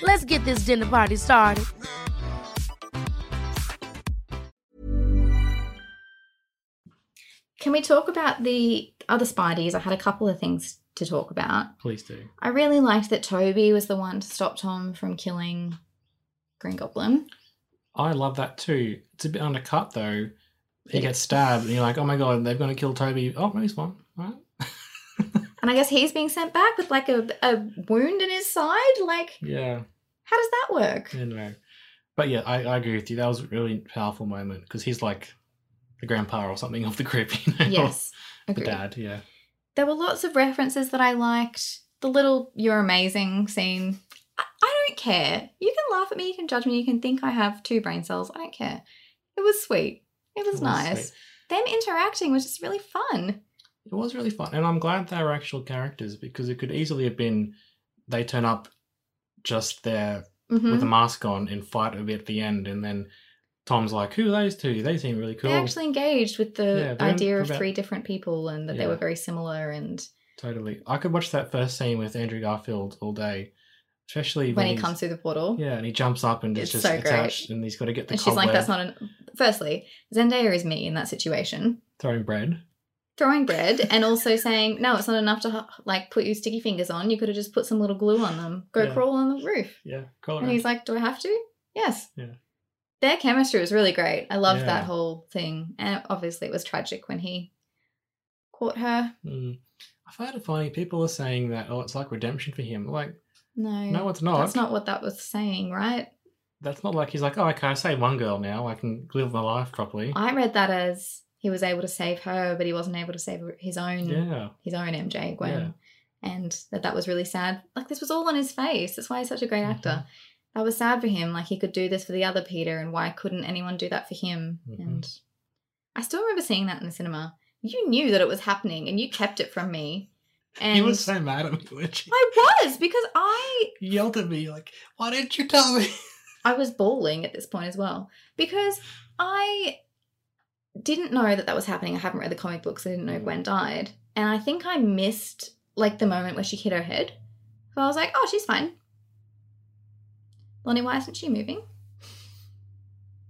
S4: Let's get this dinner party started.
S2: Can we talk about the other Spideys? I had a couple of things to talk about.
S1: Please do.
S2: I really liked that Toby was the one to stop Tom from killing Green Goblin.
S1: I love that too. It's a bit undercut though. He
S2: It
S1: gets stabbed, and you're like, "Oh my god, they're going to kill Toby." Oh, no, he's fine. All right.
S2: And I guess he's being sent back with like a, a wound in his side. Like,
S1: Yeah,
S2: how does that work?
S1: anyway. But yeah, I, I agree with you. That was a really powerful moment because he's like the grandpa or something of the group, you know? or
S2: Yes.
S1: the
S2: Agreed.
S1: dad. Yeah,
S2: There were lots of references that I liked. The little you're amazing scene. I, I don't care. You can laugh at me, you can judge me, you can think I have two brain cells. I don't care. It was sweet. It was,
S1: It was
S2: nice.
S1: sweet.
S2: Them interacting was just really fun.
S1: it was really fun, and I'm glad they were actual characters because it could easily have been they turn up just there
S2: hmm
S1: with a mask on and fight a bit at the end, and then Tom's like, "Who are those two? They seem really cool."
S2: They actually engaged with
S1: Yeah,
S2: the
S1: they're in-
S2: idea of
S1: about-
S2: three different people and that they
S1: Yeah.
S2: were very similar and
S1: Totally. I could watch that first scene with Andrew Garfield all day, especially
S2: when he
S1: he's-
S2: comes through the portal.
S1: Yeah, and he jumps up and it's
S2: It's
S1: just
S2: so great.
S1: attached, and he's got to get the
S2: and she's like,
S1: cobweb
S2: that's not an. Firstly, Zendaya is me in that situation.
S1: throwing bread.
S2: Throwing bread and also saying, no, it's not enough to like put your sticky fingers on. You could have just put some little glue on them. Go
S1: Yeah.
S2: crawl on the roof.
S1: Yeah, call it.
S2: And he's like, do I have to? Yes.
S1: Yeah.
S2: Their chemistry was really great. I loved
S1: Yeah.
S2: that whole thing. And obviously, it was tragic when he caught her.
S1: mm. I find it funny. People are saying that, oh, it's like redemption for him. Like,
S2: No.
S1: no, it's not.
S2: That's not what that was saying, right?
S1: That's not like he's like, oh, okay, I saved one girl now. I can live my life properly.
S2: I read that as he was able to save her, but he wasn't able to save his own
S1: yeah,
S2: his own MJ Gwen, and that that was really sad. Like this was all on his face. That's why he's such a
S1: Mm-hmm.
S2: great actor. That was sad for him. Like he could do this for the other Peter, and why couldn't anyone do that for him?
S1: Mhm.
S2: And I still remember seeing that in the cinema. You knew that it was happening, and you kept it from me. And
S1: he was so mad at me when she
S2: I was because I
S1: yelled at me like, "Why didn't you tell me?"
S2: I was bawling at this point as well because I didn't know that that was happening. I haven't read the comic books. I didn't know
S1: Mm.
S2: Gwen died, and I think I missed like the moment where she hit her head. So I was like, "Oh, she's fine." Lonnie, why isn't she moving?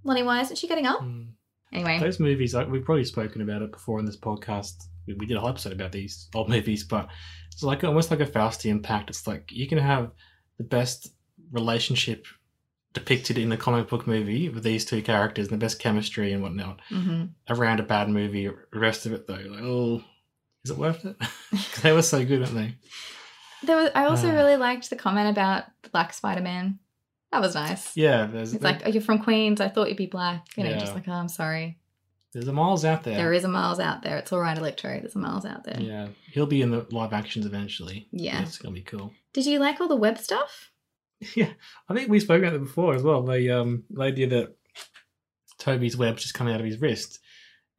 S2: Lonnie, why isn't she getting up?
S1: Mm.
S2: Anyway,
S1: Those movies, like, we've probably spoken about it before in this podcast. We, we did a whole episode about these old movies, but it's like almost like a Faustian pact. It's like you can have the best relationship depicted in a comic book movie with these two characters and the best chemistry and whatnot
S2: Mhm.
S1: around a bad movie. The rest of it, though, like, oh, is it worth it? 'Cause they were so good, weren't they?
S2: there was. I also
S1: Ah.
S2: really liked the comment about Black Spider Man. That was nice.
S1: Yeah, there's,
S2: It's like, oh, you're from Queens. I thought you'd be black. You know,
S1: Yeah.
S2: just like, oh, I'm sorry.
S1: there's a miles out there.
S2: There is a Miles out there. It's all right, Electro. There's a Miles out there.
S1: Yeah, he'll be in the live actions eventually.
S2: Yeah.
S1: it's gonna be cool.
S2: Did you like all the web stuff?
S1: Yeah, I think we spoke about that before as well. The um, the idea that Toby's web just coming out of his wrist,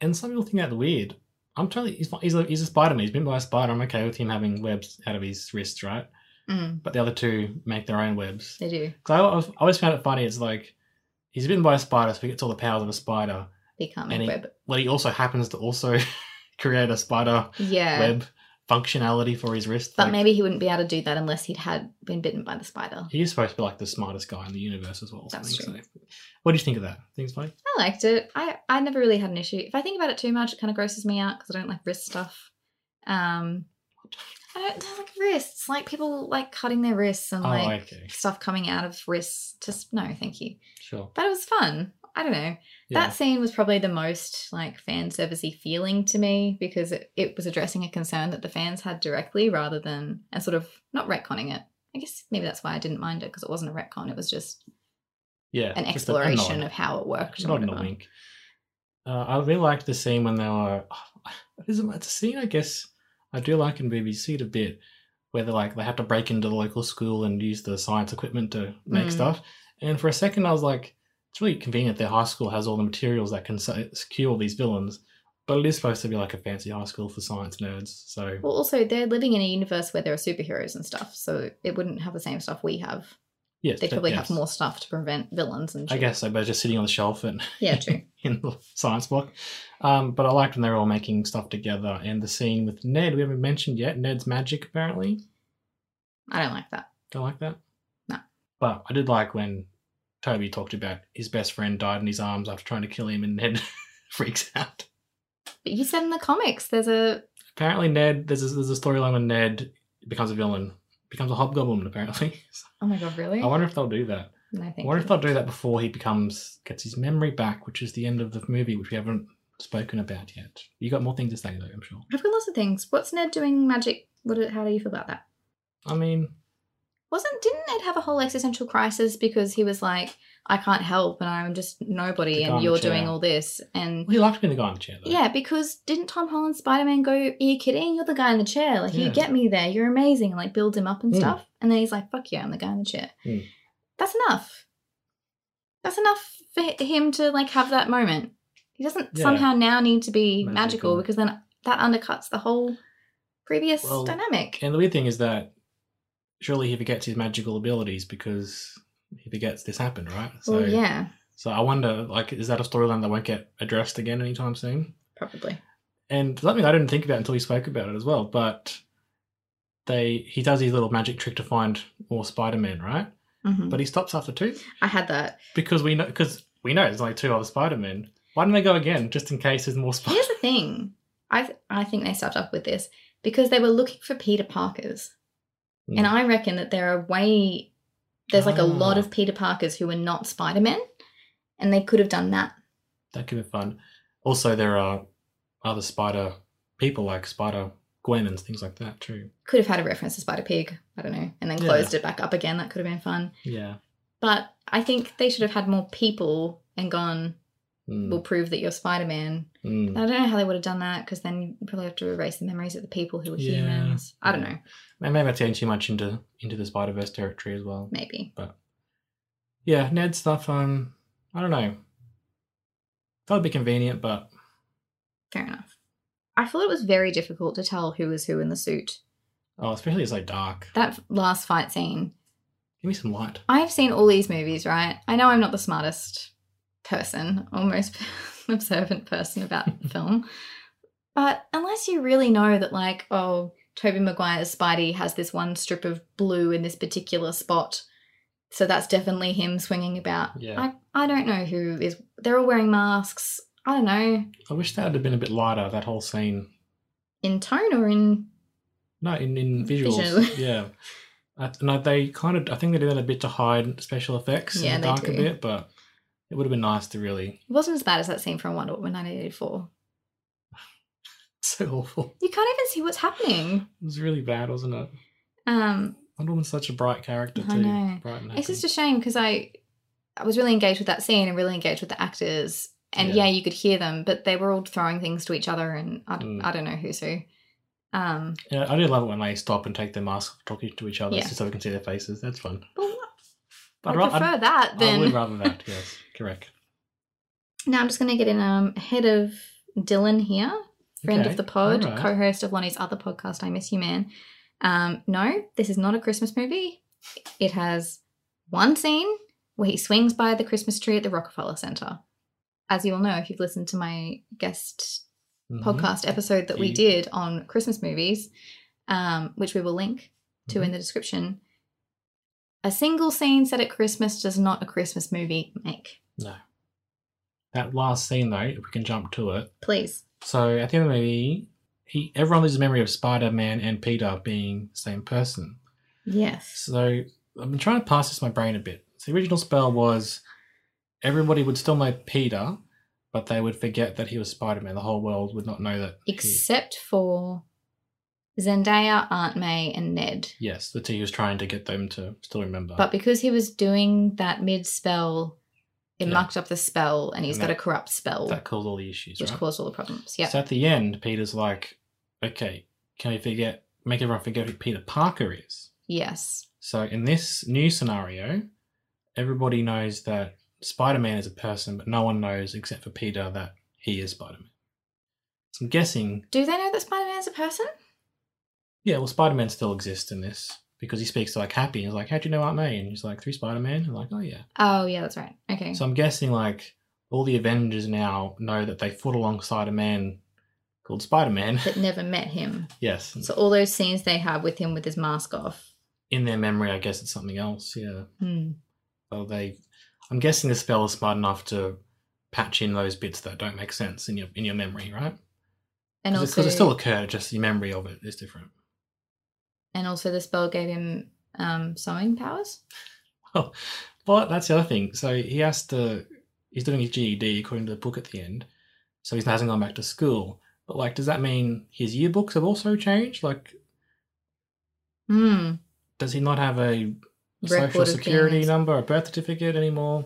S1: and some people think that's weird. I'm totally he's fi- he's a, he's a spider man. He's been by a spider. I'm okay with him having webs out of his wrists, right?
S2: Mm,
S1: But the other two make their own webs.
S2: they do.
S1: Because I, always- I always found it funny. It's like he's bitten by a spider, so he gets all the powers of a spider.
S2: They can't
S1: And
S2: make
S1: he-
S2: web.
S1: Well, he also happens to also create a spider
S2: Yeah.
S1: web functionality for his wrist.
S2: But
S1: like-
S2: maybe he wouldn't be able to do that unless he'd had been bitten by the spider.
S1: He is supposed to be like the smartest guy in the universe as well. or
S2: That's
S1: something, so- What do you think of that? Things funny?
S2: I liked it. I, I never really had an issue. If I think about it too much, it kind of grosses me out because I don't like wrist stuff. Um, I don't they're like wrists. Like people like cutting their wrists and
S1: Oh,
S2: like
S1: okay.
S2: stuff coming out of wrists. Just no, thank you.
S1: Sure.
S2: But it was fun. I don't know.
S1: Yeah.
S2: That scene was probably the most like fan servicey feeling to me because it, it was addressing a concern that the fans had directly rather than and sort of not retconning it. I guess maybe that's why I didn't mind it because it wasn't a retcon. It was just
S1: yeah.
S2: an
S1: just a- a nod.
S2: exploration of how it worked. and
S1: Not in a
S2: whatever.
S1: wink. Uh, I really liked the scene when they were. It is a- it's a scene I guess I do like in movies. See it a bit where they like they have to break into the local school and use the science equipment to make
S2: Mm.
S1: stuff. And for a second, I was like, it's really convenient. Their high school has all the materials that can se- secure all these villains, but it is supposed to be like a fancy high school for science nerds. So
S2: Well, also they're living in a universe where there are superheroes and stuff, so it wouldn't have the same stuff we have.
S1: yes,
S2: They
S1: that-
S2: probably
S1: yes.
S2: have more stuff to prevent villains and.
S1: I
S2: shit.
S1: guess so, but just sitting on the shelf and
S2: Yeah, true.
S1: in the science block. Um, but I liked when they were all making stuff together and the scene with Ned we haven't mentioned yet. Ned's magic apparently.
S2: I don't like that.
S1: Don't like that.
S2: No.
S1: But I did like when Toby talked about his best friend died in his arms after trying to kill him, and Ned freaks out.
S2: But you said in the comics there's a
S1: Apparently, Ned there's a, there's a storyline when Ned becomes a villain, becomes a hobgoblin. Apparently, So
S2: oh my god really
S1: I wonder if they'll do that.
S2: no, thank
S1: I wonder
S2: you.
S1: if they'll do that before he becomes gets his memory back, which is the end of the movie, which we haven't spoken about yet. You got more things to say though, I'm sure.
S2: I've got lots of things. What's Ned doing magic? What? do- How do you feel about that?
S1: I mean,
S2: Wasn't didn't Ned have a whole existential crisis because he was like, I can't help and I'm just
S1: The
S2: nobody
S1: guy in
S2: and
S1: the
S2: you're
S1: chair.
S2: doing all this and
S1: Well, he liked being the guy in the chair, though.
S2: yeah, because didn't Tom Holland Spider Man go? Are you kidding? You're the guy in the chair. Like
S1: Yeah.
S2: you get me there. You're amazing. And like build him up and
S1: Mm.
S2: stuff. And then he's like, "Fuck yeah, I'm the guy in the chair."
S1: Mm.
S2: That's enough. That's enough for hi- him to like have that moment. He doesn't
S1: Yeah.
S2: somehow now need to be magical.
S1: Magical.
S2: because then that undercuts the whole previous
S1: Well,
S2: dynamic.
S1: And the weird thing is that surely he forgets his magical abilities because he forgets this happened, right? So,
S2: well, yeah,
S1: So I wonder, like, is that a storyline that won't get addressed again anytime soon?
S2: probably.
S1: And something I didn't think about until you spoke about it as well, but they he does his little magic trick to find more Spider-Man, right?
S2: Mhm.
S1: But he stops after two
S2: I had that.
S1: because we know because we know there's only two other Spider-Men. Why don't they go again just in case there's more Spider?
S2: Here's the thing. I th- I think they stuffed up with this because they were looking for Peter Parkers.
S1: Hmm.
S2: And I reckon that there are way there's like a lot
S1: Ah.
S2: of Peter Parkers who are not Spider Men, and they could have done that.
S1: That could be fun. Also, there are other spider people like Spider Gwen and things like that too.
S2: Could have had a reference to Spider Pig, I don't know, and then
S1: Yeah.
S2: closed it back up again. That could have been fun.
S1: Yeah.
S2: But I think they should have had more people and gone,
S1: Hmm.
S2: we'll uh, prove that you're Spider Man. I don't know how they would have done that because then you probably have to erase the memories of the people who were
S1: Yeah.
S2: humans. I don't
S1: Yeah.
S2: know,
S1: And maybe I'm getting too much into into the Spider Verse territory as well.
S2: maybe.
S1: But yeah, Ned stuff. Um, I don't know. That would be convenient, but
S2: Fair enough. I thought it was very difficult to tell who was who in the suit.
S1: oh, especially it's like dark.
S2: That last fight scene,
S1: Give me some light.
S2: I've seen all these movies, right? I know I'm not the smartest person or most observant person about film, but unless you really know that, like, oh, Toby Maguire's Spidey has this one strip of blue in this particular spot, so that's definitely him swinging about.
S1: Yeah.
S2: I, I don't know who is. They're all wearing masks. I don't know
S1: I wish that would have been a bit lighter. That whole scene.
S2: in tone or in
S1: No, in in visuals.
S2: Visual.
S1: yeah. I, no, they kind of. I think they did that a bit to hide special effects
S2: Yeah,
S1: in the
S2: they
S1: dark a
S2: do.
S1: bit, but it would have been nice to really.
S2: It wasn't as bad as that scene from Wonder Woman 1984.
S1: So awful.
S2: You can't even see what's happening.
S1: It was really bad, wasn't it?
S2: Um,
S1: Wonder Woman's such a bright character too.
S2: I know.
S1: Bright and
S2: It's
S1: happy.
S2: just a shame because I, I was really engaged with that scene and really engaged with the actors. And
S1: Yeah.
S2: yeah, you could hear them, but they were all throwing things to each other, and I, d-
S1: Mm.
S2: I don't know who's who. Um,
S1: yeah, I do love it when they stop and take their masks off, talking to each other,
S2: Yeah.
S1: just so we can see their faces. That's fun.
S2: but I
S1: ra-
S2: would prefer that
S1: I would
S2: than.
S1: rather that. Yes, correct.
S2: now I'm just going to get in um, ahead of Dylan here, friend
S1: Okay,
S2: of the pod,
S1: alright.
S2: co-host of Lonnie's other podcast, I Miss You Man. Um, no, this is not a Christmas movie. It has one scene where he swings by the Christmas tree at the Rockefeller Center. As you all know, if you've listened to my guest
S1: Mhm.
S2: podcast episode that we
S1: You-
S2: did on Christmas movies, um, which we will link to
S1: Mm-hmm.
S2: in the description. A single scene set at Christmas does not a Christmas movie make.
S1: No. That last scene though, if we can jump to it.
S2: Please.
S1: So at the end of the movie, he everyone loses memory of Spider Man and Peter being the same person.
S2: Yes.
S1: So I'm trying to pass this my brain a bit. So the original spell was everybody would still know Peter, but they would forget that he was Spider Man. The whole world would not know that. he-
S2: Except for Zendaya, Aunt May, and Ned.
S1: yes, the T was trying to get them to still remember.
S2: But because he was doing that mid spell, it
S1: Yeah.
S2: mucked up the spell and he's
S1: And
S2: got
S1: that-
S2: a corrupt spell,
S1: that caused all the issues,
S2: which
S1: right?
S2: caused all the problems. Yeah.
S1: So at the end, Peter's like, okay, can we forget, make everyone forget who Peter Parker is?
S2: yes.
S1: So in this new scenario, everybody knows that Spider Man is a person, but no one knows except for Peter that he is Spider Man. So I'm guessing,
S2: Do they know that Spider Man's a person?
S1: yeah, well, Spider Man still exists in this because he speaks to like Happy. He's like, how do you know Aunt May? And he's like, through Spider Man? And like, oh, yeah.
S2: Oh, yeah, that's right. Okay.
S1: So I'm guessing like all the Avengers now know that they fought alongside a man called Spider Man.
S2: that never met him.
S1: yes.
S2: So all those scenes they have with him with his mask off.
S1: in their memory, I guess it's something else. Yeah.
S2: Hmm.
S1: So they, I'm guessing the spell is smart enough to patch in those bits that don't make sense in your in your memory, right?
S2: And
S1: Because
S2: also,
S1: it still occurred, just your memory of it is different.
S2: and also the spell gave him um, sewing powers.
S1: Well, but that's the other thing. So he has to, he's doing his GED according to the book at the end, so he hasn't gone back to school. But like, does that mean his yearbooks have also changed? Like,
S2: Hmm.
S1: does he not have a social
S2: Record of
S1: security
S2: things.
S1: number, a birth certificate anymore?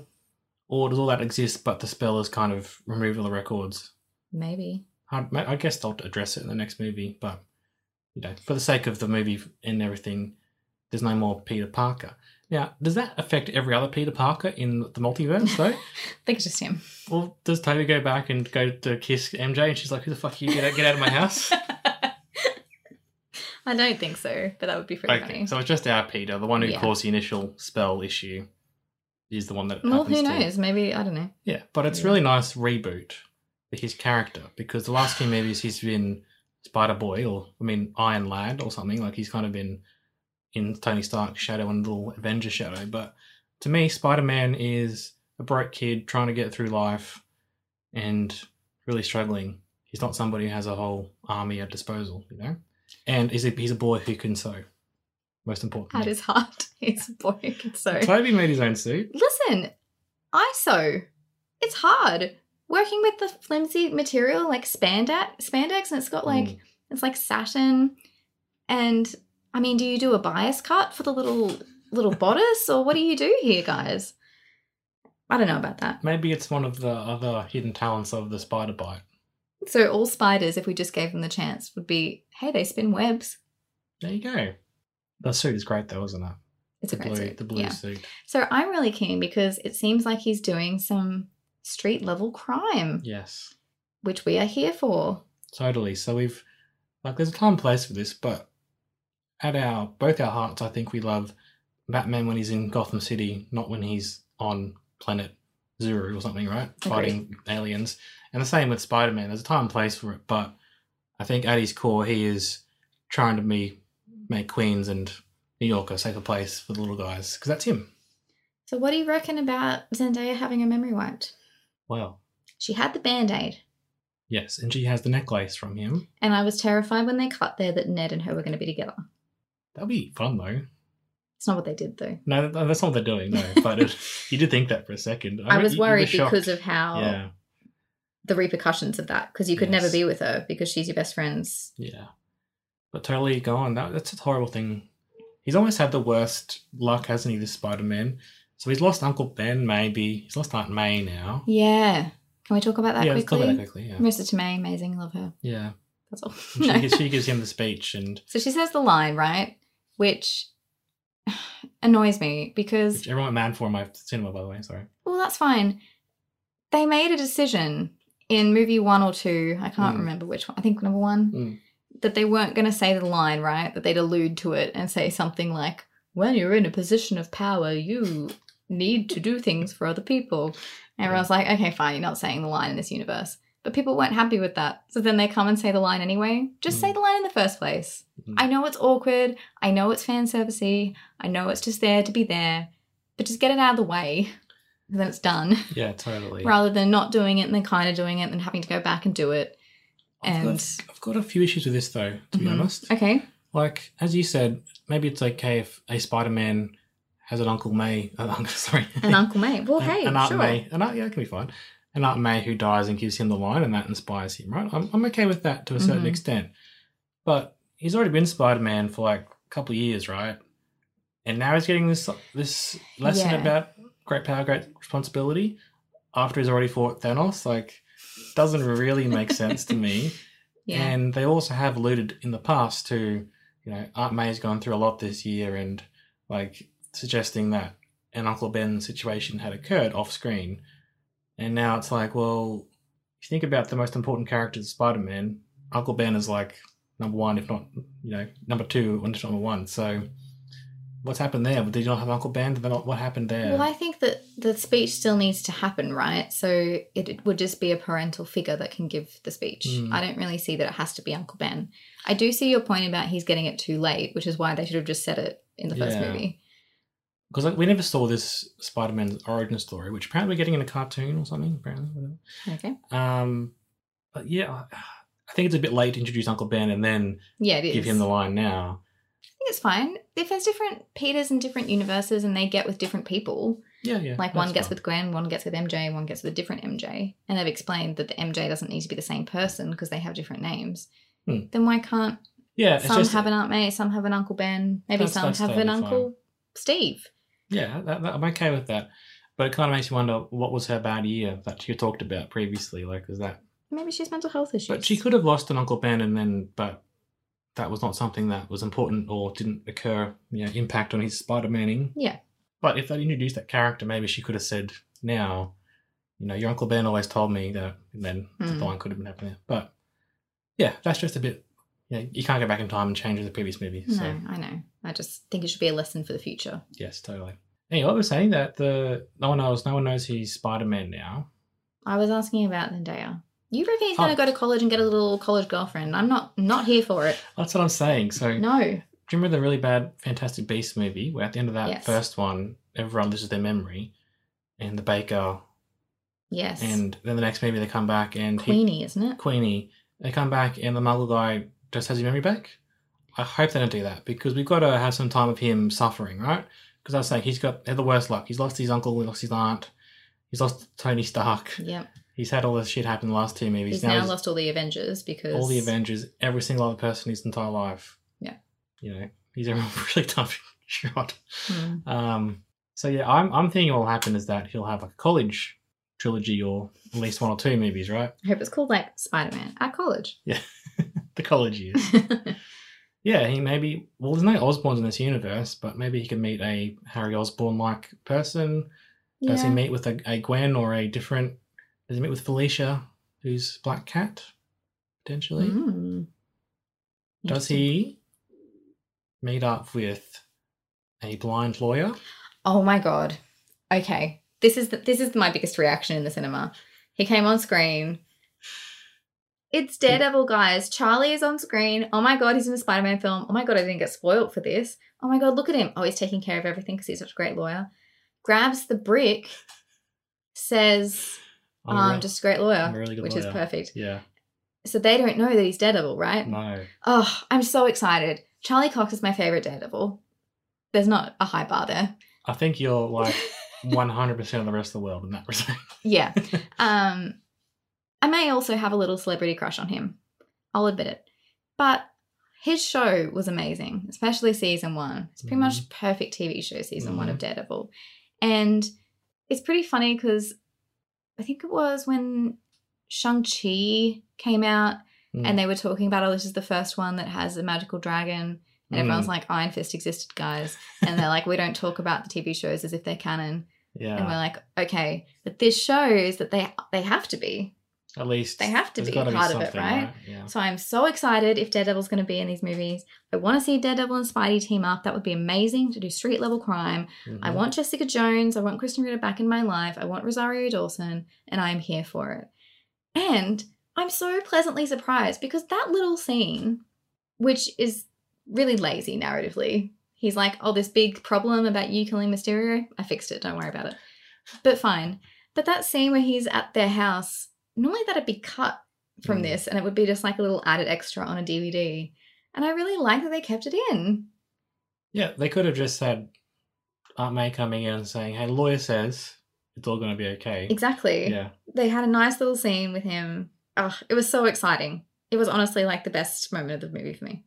S1: Or does all that exist, but the spell is kind of removed all the records?
S2: Maybe.
S1: I, I guess they'll address it in the next movie, but you know, for the sake of the movie and everything, there's no more Peter Parker. Now, does that affect every other Peter Parker in the multiverse though?
S2: I think it's just him.
S1: well, does Toby go back and go to kiss MJ, and she's like, "Who the fuck are you? Get out, get out of my house!"
S2: I don't think so, but that would be pretty
S1: okay,
S2: funny.
S1: so it's just our Peter, the one who
S2: Yeah.
S1: caused the initial spell issue, is the one that.
S2: well,
S1: happens
S2: who
S1: to-
S2: knows? Maybe I don't know.
S1: Yeah, but it's
S2: Yeah.
S1: really nice reboot for his character because the last few movies he's been Spider Boy or I mean Iron Lad or something like he's kind of been in Tony Stark's shadow and little Avenger shadow. But to me, Spider Man is a broke kid trying to get through life and really struggling. He's not somebody who has a whole army at disposal, you know. And he's a, he's a boy who can sew. Most important.
S2: At his heart, he's a boy. So
S1: Toby made his own suit.
S2: listen, ISO. It's hard working with the flimsy material like spandex, spandex, and it's got like
S1: Mm.
S2: it's like satin. And I mean, do you do a bias cut for the little little bodice, or what do you do here, guys? I don't know about that.
S1: Maybe it's one of the other hidden talents of the spider bite.
S2: So all spiders, if we just gave them the chance, would be, hey, they spin webs.
S1: There you go. The suit is great though, isn't it?
S2: It's
S1: the
S2: a great
S1: blue,
S2: suit.
S1: the blue
S2: yeah.
S1: suit.
S2: So I'm really keen because it seems like he's doing some street level crime,
S1: Yes,
S2: which we are here for.
S1: totally. So we've like there's a time and place for this, but at our both our hearts, I think we love Batman when he's in Gotham City, not when he's on planet Zero or something, right? Fighting aliens. And the same with Spider Man. There's a time and place for it, but I think at his core, he is trying to be make Queens and New York a safer place for the little guys because that's him.
S2: So what do you reckon about Zendaya having her memory wiped?
S1: Wow.
S2: She had the band-aid,
S1: Yes, and she has the necklace from him.
S2: and I was terrified when they cut there that Ned and her were going to be together.
S1: That'd be fun though.
S2: It's not what they did though.
S1: No, that- that's not what they're doing. No, but it, you did think that for a second.
S2: I,
S1: mean,
S2: was
S1: you- you were
S2: worried
S1: shocked.
S2: because of how
S1: yeah,
S2: the repercussions of that, because you could never
S1: Yes.
S2: be with her because she's your best friend's
S1: yeah, but totally gone. That that's a horrible thing. He's almost had the worst luck, hasn't he? This Spider Man. So he's lost Uncle Ben. Maybe he's lost Aunt May now.
S2: Yeah. Can we talk about that
S1: yeah, let's talk
S2: quickly?
S1: about that quickly. Yeah,
S2: Marissa Tomei, amazing, love her.
S1: yeah.
S2: That's all.
S1: And She,
S2: No.
S1: gives, she gives him the speech, and
S2: so she says the line, right? Which annoys me because,
S1: which everyone went mad for in my cinema, by the way. Sorry.
S2: well, that's fine. They made a decision in movie one or two, I can't
S1: Mm.
S2: remember which one, I think number one,
S1: Mm.
S2: that they weren't going to say the line, right? That they'd allude to it and say something like, when you're in a position of power, you need to do things for other people. And everyone's like, okay, fine, you're not saying the line in this universe. But people weren't happy with that. So then they come and say the line anyway. Just say
S1: Mm.
S2: the line in the first place.
S1: Mm.
S2: I know it's awkward. I know it's fan servicey. I know it's just there to be there. But just get it out of the way. And then it's done.
S1: Yeah, totally.
S2: Rather than not doing it and then kind of doing it and having to go back and do it.
S1: I've got-
S2: And
S1: I've got a few issues with this though, to be
S2: Mhm.
S1: honest.
S2: okay,
S1: Like as you said, maybe it's okay if a Spider-Man has an Uncle May. An uncle, sorry,
S2: and Uncle May. Well,
S1: an-
S2: hey,
S1: an Aunt
S2: sure.
S1: May. An Aunt, yeah, it can be fine. An Aunt May who dies and gives him the line, and that inspires him, right? I'm, I'm okay with that to a certain
S2: Mhm.
S1: extent. But he's already been Spider-Man for like a couple of years, right? And now he's getting this this lesson
S2: Yeah.
S1: about great power, great responsibility. After he's already fought Thanos, like doesn't really make sense to me.
S2: Yeah.
S1: And they also have alluded in the past to, you know, Aunt May's gone through a lot this year and like suggesting that an Uncle Ben situation had occurred off screen. And now it's like, well, if you think about the most important characters of Spider Man, Uncle Ben is like number one, if not, you know, number two, or if not number one. So what's happened there? Did you not have Uncle Ben? Did they not, what happened there?
S2: Well, I think that the speech still needs to happen, right? So it, it would just be a parental figure that can give the speech.
S1: Mm.
S2: I don't really see that it has to be Uncle Ben. I do see your point about he's getting it too late, which is why they should have just said it in the first
S1: Yeah.
S2: movie.
S1: Because like, we never saw this Spider Man's origin story, which apparently we're getting in a cartoon or something, apparently. Whatever.
S2: Okay.
S1: Um, but yeah, I I think it's a bit late to introduce Uncle Ben and then
S2: Yeah, it is.
S1: give him the line now.
S2: I think it's fine. If there's different Peters in different universes and they get with different people,
S1: Yeah, yeah.
S2: like one
S1: that's
S2: gets
S1: fine.
S2: with Gwen, one gets with MJ, one gets with a different MJ, and they've explained that the MJ doesn't need to be the same person because they have different names,
S1: Hmm.
S2: then why can't
S1: yeah. It's
S2: some
S1: just,
S2: have an Aunt May, some have an Uncle Ben, maybe
S1: That's-
S2: some
S1: that's
S2: have an
S1: totally
S2: Uncle Steve.
S1: yeah. That, that, I'm okay with that, but it kind of makes you wonder what was her bad year that she talked about previously. Like, was that?
S2: Maybe she's mental health issues.
S1: But she could have lost an Uncle Ben and then, but that was not something that was important or didn't occur, you know, impact on his Spider Maning.
S2: Yeah.
S1: But if they'd introduced that character, maybe she could have said, now, you know, your Uncle Ben always told me that, and then
S2: Hmm.
S1: the line could have been happening. But yeah, that's just a bit, you know, you can't go back in time and change the previous movie.
S2: No,
S1: So,
S2: I know. I just think it should be a lesson for the future.
S1: yes, totally. Anyway, I was saying that the no one knows, no one knows he's Spider Man now.
S2: I was asking about Zendaya. You reckon he's
S1: Oh.
S2: going to go to college and get a little college girlfriend? I'm not not here for it.
S1: That's what I'm saying. So,
S2: No.
S1: Do you remember the really bad Fantastic Beasts movie where at the end of that
S2: Yes.
S1: first one, everyone loses their memory and the baker,
S2: Yes.
S1: and then the next movie they come back and he-
S2: Queenie, isn't it?
S1: Queenie, they come back and the muggle guy just has his memory back. I hope they don't do that because we've got to have some time of him suffering, right? Because I was saying he's got had the worst luck. He's lost his uncle, he lost his aunt, he's lost Tony Stark.
S2: Yep.
S1: He's had all this shit happen in the last two movies.
S2: He's, now,
S1: he's-
S2: lost all the Avengers because
S1: all the Avengers, every single other person in his entire life.
S2: Yeah.
S1: You know, he's a really tough shot.
S2: Hmm.
S1: Um, so yeah, I'm I'm thinking what will happen is that he'll have like a college trilogy or at least one or two movies, right?
S2: I hope it's called like Spider Man at college.
S1: The college years. yeah, he maybe well there's no Osborns in this universe, but maybe he can meet a Harry Osborn like person. Does he
S2: yeah.
S1: meet with a, a Gwen or a different does he meet with Felicia, who's Black Cat, potentially?
S2: Hmm.
S1: Does he meet up with a blind lawyer?
S2: Oh my god. Okay. This is the, this is my biggest reaction in the cinema. He came on screen. It's Daredevil, guys. Charlie is on screen. Oh my god, he's in a Spider-Man film. Oh my god, I didn't get spoiled for this. Oh my god, look at him. Oh, he's taking care of everything because he's such a great lawyer. Grabs the brick, says,
S1: I'm
S2: "I'm
S1: a real-
S2: Um, just a great lawyer,"
S1: Oh, I'm a really good
S2: which is
S1: lawyer.
S2: perfect.
S1: yeah,
S2: So they don't know that he's Daredevil, right?
S1: no.
S2: Oh, I'm so excited. Charlie Cox is my favorite Daredevil. There's not a high bar there.
S1: I think you're like 100% of the rest of the world in that respect.
S2: Yeah. um, I may also have a little celebrity crush on him. I'll admit it. But his show was amazing, especially season one. It's pretty much
S1: Mm-hmm.
S2: perfect TV show, season one of Daredevil. And it's pretty funny because I think it was when Shang-Chi came out
S1: Mm.
S2: and they were talking about, oh, this is the first one that has a magical dragon. And everyone's
S1: Mm.
S2: like, Iron Fist existed, guys. And they're like, we don't talk about the TV shows as if they're canon and we're
S1: Yeah,
S2: like, okay, but this shows that they they have to be.
S1: at least
S2: they have to
S1: there's
S2: be
S1: gotta
S2: part of it,
S1: something,
S2: right?
S1: Yeah.
S2: So I'm so excited if Daredevil's going to be in these movies. I want to see Daredevil and Spidey team up. That would be amazing to do street level crime. I
S1: Mhm.
S2: want Jessica Jones. I want Kristen Ritter back in my life. I want Rosario Dawson, and I am here for it. And I'm so pleasantly surprised because that little scene, which is really lazy narratively, he's like, "Oh, this big problem about you killing Mysterio. I fixed it. Don't worry about it." But fine. But that scene where he's at their house, normally that'd be cut from
S1: Mm.
S2: this, and it would be just like a little added extra on a DVD. And I really like that they kept it in.
S1: Yeah, they could have just had Aunt May coming in and saying, "Hey, lawyer says it's all going to be okay."
S2: Exactly.
S1: Yeah,
S2: They had a nice little scene with him. Oh, it was so exciting. It was honestly like the best moment of the movie for me.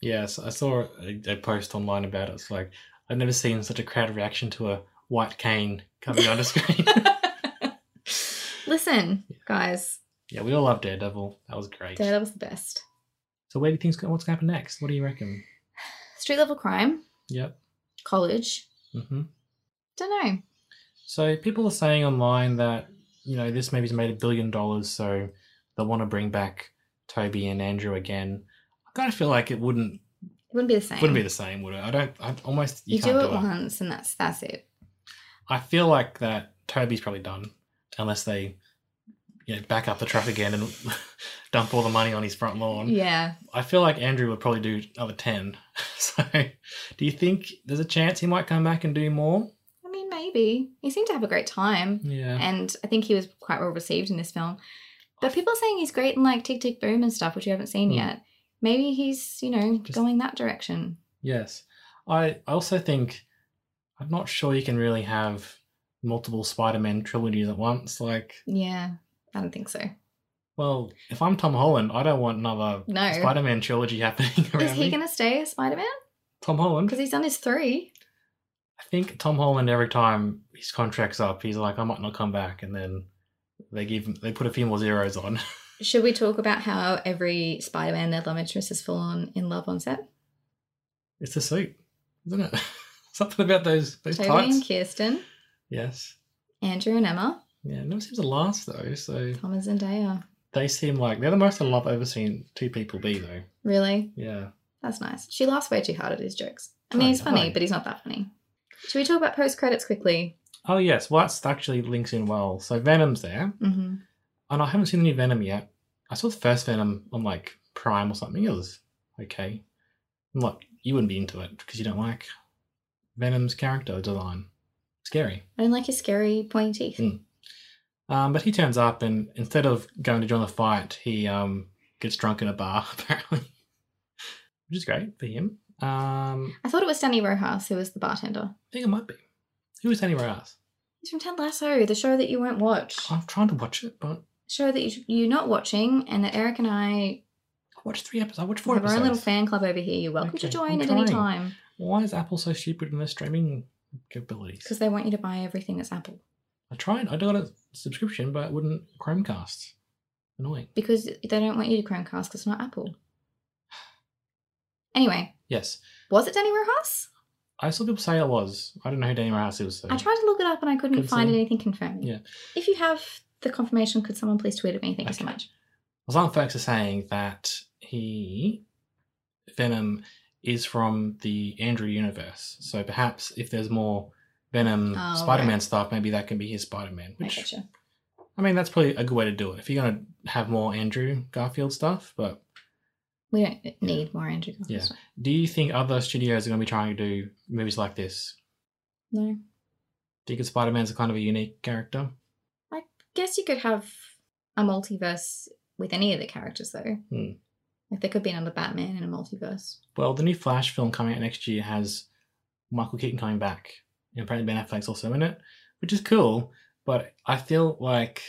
S1: yeah. So I saw a, a post online about it. It's like I've never seen such a crowd reaction to a white cane coming on a screen.
S2: Listen, guys,
S1: yeah, we all love Daredevil. That was great.
S2: that was the best.
S1: So where do you think's go- what's going to happen next? What do you reckon?
S2: Street level crime,
S1: Yep.
S2: college.
S1: hmm
S2: Don't know.
S1: So people are saying online that you know this movie's made a billion dollars, so they want to bring back Toby and Andrew again. I kind of feel like it wouldn't
S2: It wouldn't be the same.
S1: wouldn't be the same, would it? I don't. I almost you,
S2: You,
S1: can't
S2: do it once, and that's that's it.
S1: I feel like that Toby's probably done, unless they you know back up the truck again and dump all the money on his front lawn.
S2: Yeah.
S1: I feel like Andrew would probably do another ten. so, do you think there's a chance he might come back and do more?
S2: I mean, maybe he seemed to have a great time,
S1: Yeah.
S2: and I think he was quite well received in this film. But people are saying he's great in like Tick Tick Boom and stuff, which you haven't seen
S1: Hmm.
S2: yet. Maybe he's you know
S1: Just-
S2: going that direction.
S1: Yes. I I also think I'm not sure you can really have multiple Spider-Man trilogies at once. Like,
S2: Yeah, I don't think so.
S1: well, if I'm Tom Holland, I don't want another
S2: No.
S1: Spider-Man trilogy happening around
S2: Is he
S1: me.
S2: gonna stay as Spider Man?
S1: Tom Holland.
S2: Because he's done his three.
S1: I think Tom Holland every time his contract's up, he's like, I might not come back, and then they give him- they put a few more zeros on.
S2: Should we talk about how every Spider Man their love interest is full on in love on set?
S1: It's the suit, isn't it? Something about those those
S2: Toby and
S1: tights.
S2: Kirsten,
S1: Yes.
S2: Andrew and Emma,
S1: Yeah, it never seems to last though. So
S2: Thomas and Zendaya.
S1: they seem like they're the most I've ever seen two people be though.
S2: Really?
S1: Yeah.
S2: That's nice. She laughs way too hard at his jokes. I
S1: I
S2: mean, he's
S1: know.
S2: funny, but he's not that funny. Should we talk about post credits quickly?
S1: Oh yes, well that's actually links in well. So Venom's there,
S2: Mm-hmm.
S1: and I haven't seen the new Venom yet. I saw the first Venom on like Prime or something. It was okay. And look, you wouldn't be into it because you don't like Venom's character design. Scary.
S2: I don't like his scary pointy teeth.
S1: Mm. Um, but he turns up, and instead of going to join the fight, he um, gets drunk in a bar apparently, which is great for him. Um,
S2: I thought it was Danny Rojas who was the bartender.
S1: I think it might be. Who is anywhere else?
S2: He's from Ted Lasso, the show that you won't watch,
S1: I'm trying to watch it, but
S2: show that you, you're not watching, and that Eric and I
S1: I watched three episodes. I watched four
S2: have our
S1: episodes.
S2: own little fan club over here. You're welcome
S1: Okay,
S2: to
S1: I'm
S2: join at
S1: trying.
S2: any time
S1: Why is Apple so stupid in their streaming capabilities?
S2: because they want you to buy everything that's Apple.
S1: I tried. I got a subscription, but it wouldn't Chromecast. Annoying.
S2: Because they don't want you to Chromecast because it's not Apple. Anyway,
S1: Yes,
S2: was it Danny Rojas?
S1: I saw people say it was. I don't know who Danny Rouse is. So.
S2: I tried to look it up and I couldn't
S1: Couldn't
S2: find
S1: see.
S2: anything confirming.
S1: Yeah.
S2: If you have the confirmation, could someone please tweet at me? Thank you so
S1: Okay.
S2: much.
S1: Well, some folks are saying that he Venom is from the Andrew universe. So perhaps if there's more Venom
S2: Oh,
S1: Spider-Man
S2: right.
S1: stuff, maybe that can be his Spider-Man.
S2: I
S1: Which
S2: gotcha.
S1: I mean, that's probably a good way to do it. If you're gonna have more Andrew Garfield stuff, but
S2: We don't need more Andrew Garfield.
S1: Yeah.
S2: stuff.
S1: Do you think other studios are going to be trying to do movies like this?
S2: No.
S1: Do you think Spider Man's a kind of a unique character?
S2: Guess you could have a multiverse with any of the characters though.
S1: Hmm.
S2: Like there could be another Batman in a multiverse.
S1: Well, the new Flash film coming out next year has Michael Keaton coming back, and apparently Ben Affleck's also in it, which is cool. But I feel like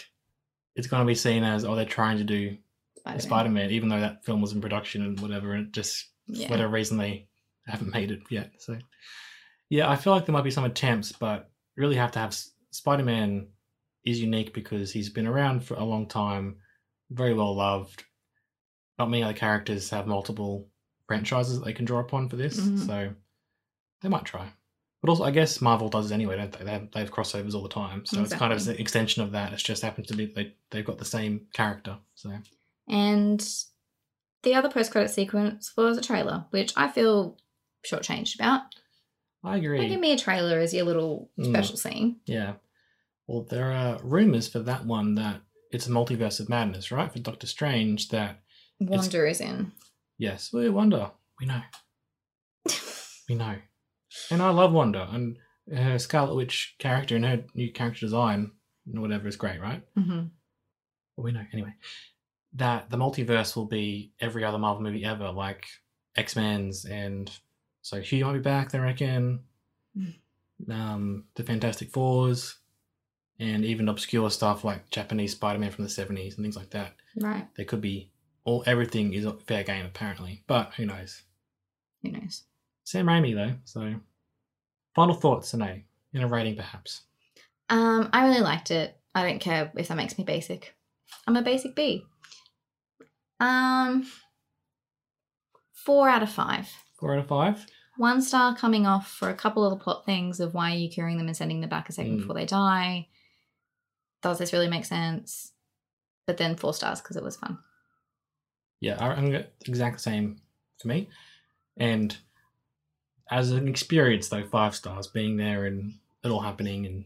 S1: it's going to be seen as oh, they're trying to do
S2: Spider-Man.
S1: Spider Man, even though that film was in production and whatever, and it just
S2: Yeah.
S1: whatever reason they haven't made it yet. So, yeah, I feel like there might be some attempts, but really have to have Spider Man is unique because he's been around for a long time, very well loved. Not many other characters have multiple franchises that they can draw upon for this,
S2: Mhm.
S1: so they might try. But also, I guess Marvel does it anyway, don't they? They have, they have crossovers all the time, so it's kind of
S2: Exactly.
S1: an extension of that. It's just happens to be they they've got the same character, so
S2: And the other post credit sequence was a trailer, which I feel shortchanged about.
S1: I agree.
S2: Don't give me a trailer as your little
S1: Hmm.
S2: special scene.
S1: Yeah. Well, there are rumors for that one that it's a multiverse of madness, right? For Doctor Strange, that
S2: Wanda is in.
S1: yes, we Wanda. We know. we know. And I love Wanda, and her Scarlet Witch character and her new character design and whatever is great, right?
S2: Mm-hmm.
S1: Well, we know anyway. that the multiverse will be every other Marvel movie ever, like X Men's, and so Hugh might be back. They reckon um, the Fantastic Fours, and even obscure stuff like Japanese Spider Man from the seventies and things like that.
S2: Right.
S1: There could be all everything is fair game apparently, but who knows?
S2: Who knows?
S1: Sam Raimi though. So, final thoughts, Sinead, in a rating perhaps.
S2: Um, I really liked it. I don't care if that makes me basic. I'm a basic B. Um, four out of five.
S1: Four out of five.
S2: One star coming off for a couple of the plot things of why are you curing them and sending them back a second
S1: Mm.
S2: before they die. Does this really make sense? But then four stars because it was fun.
S1: Yeah, I- I'm gonna- exact same for me. And as an experience, though, five stars being there and it all happening, and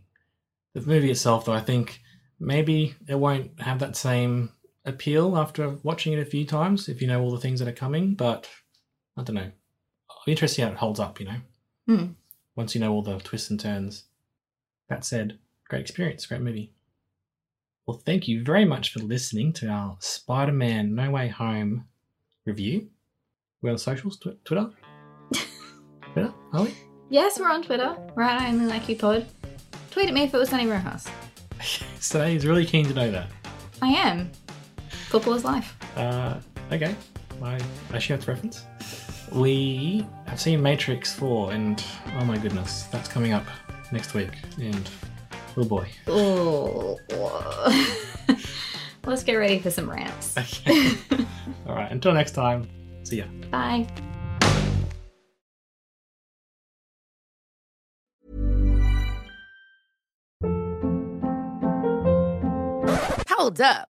S1: the movie itself, though, I think maybe it won't have that same appeal after watching it a few times if you know all the things that are coming. But I don't know. Interesting how it holds up, you know.
S2: Hmm.
S1: Once you know all the twists and turns. That said, great experience, great movie. Well, thank you very much for listening to our Spider Man No Way Home review. We're on socials, tw- Twitter. Twitter, are we?
S2: Yes, we're on Twitter. We're at I Only Like You Pod. Tweet at me if it was Sunny Rojas.
S1: Today is really keen to know that.
S2: I am. Football is life.
S1: Uh, okay, I, I share its reference. We have seen Matrix 4, and oh my goodness, that's coming up next week. And oh boy.
S2: Oh. Let's get ready for some rants.
S1: Okay. All right, until next time, see ya.
S2: Bye.
S4: Hold up.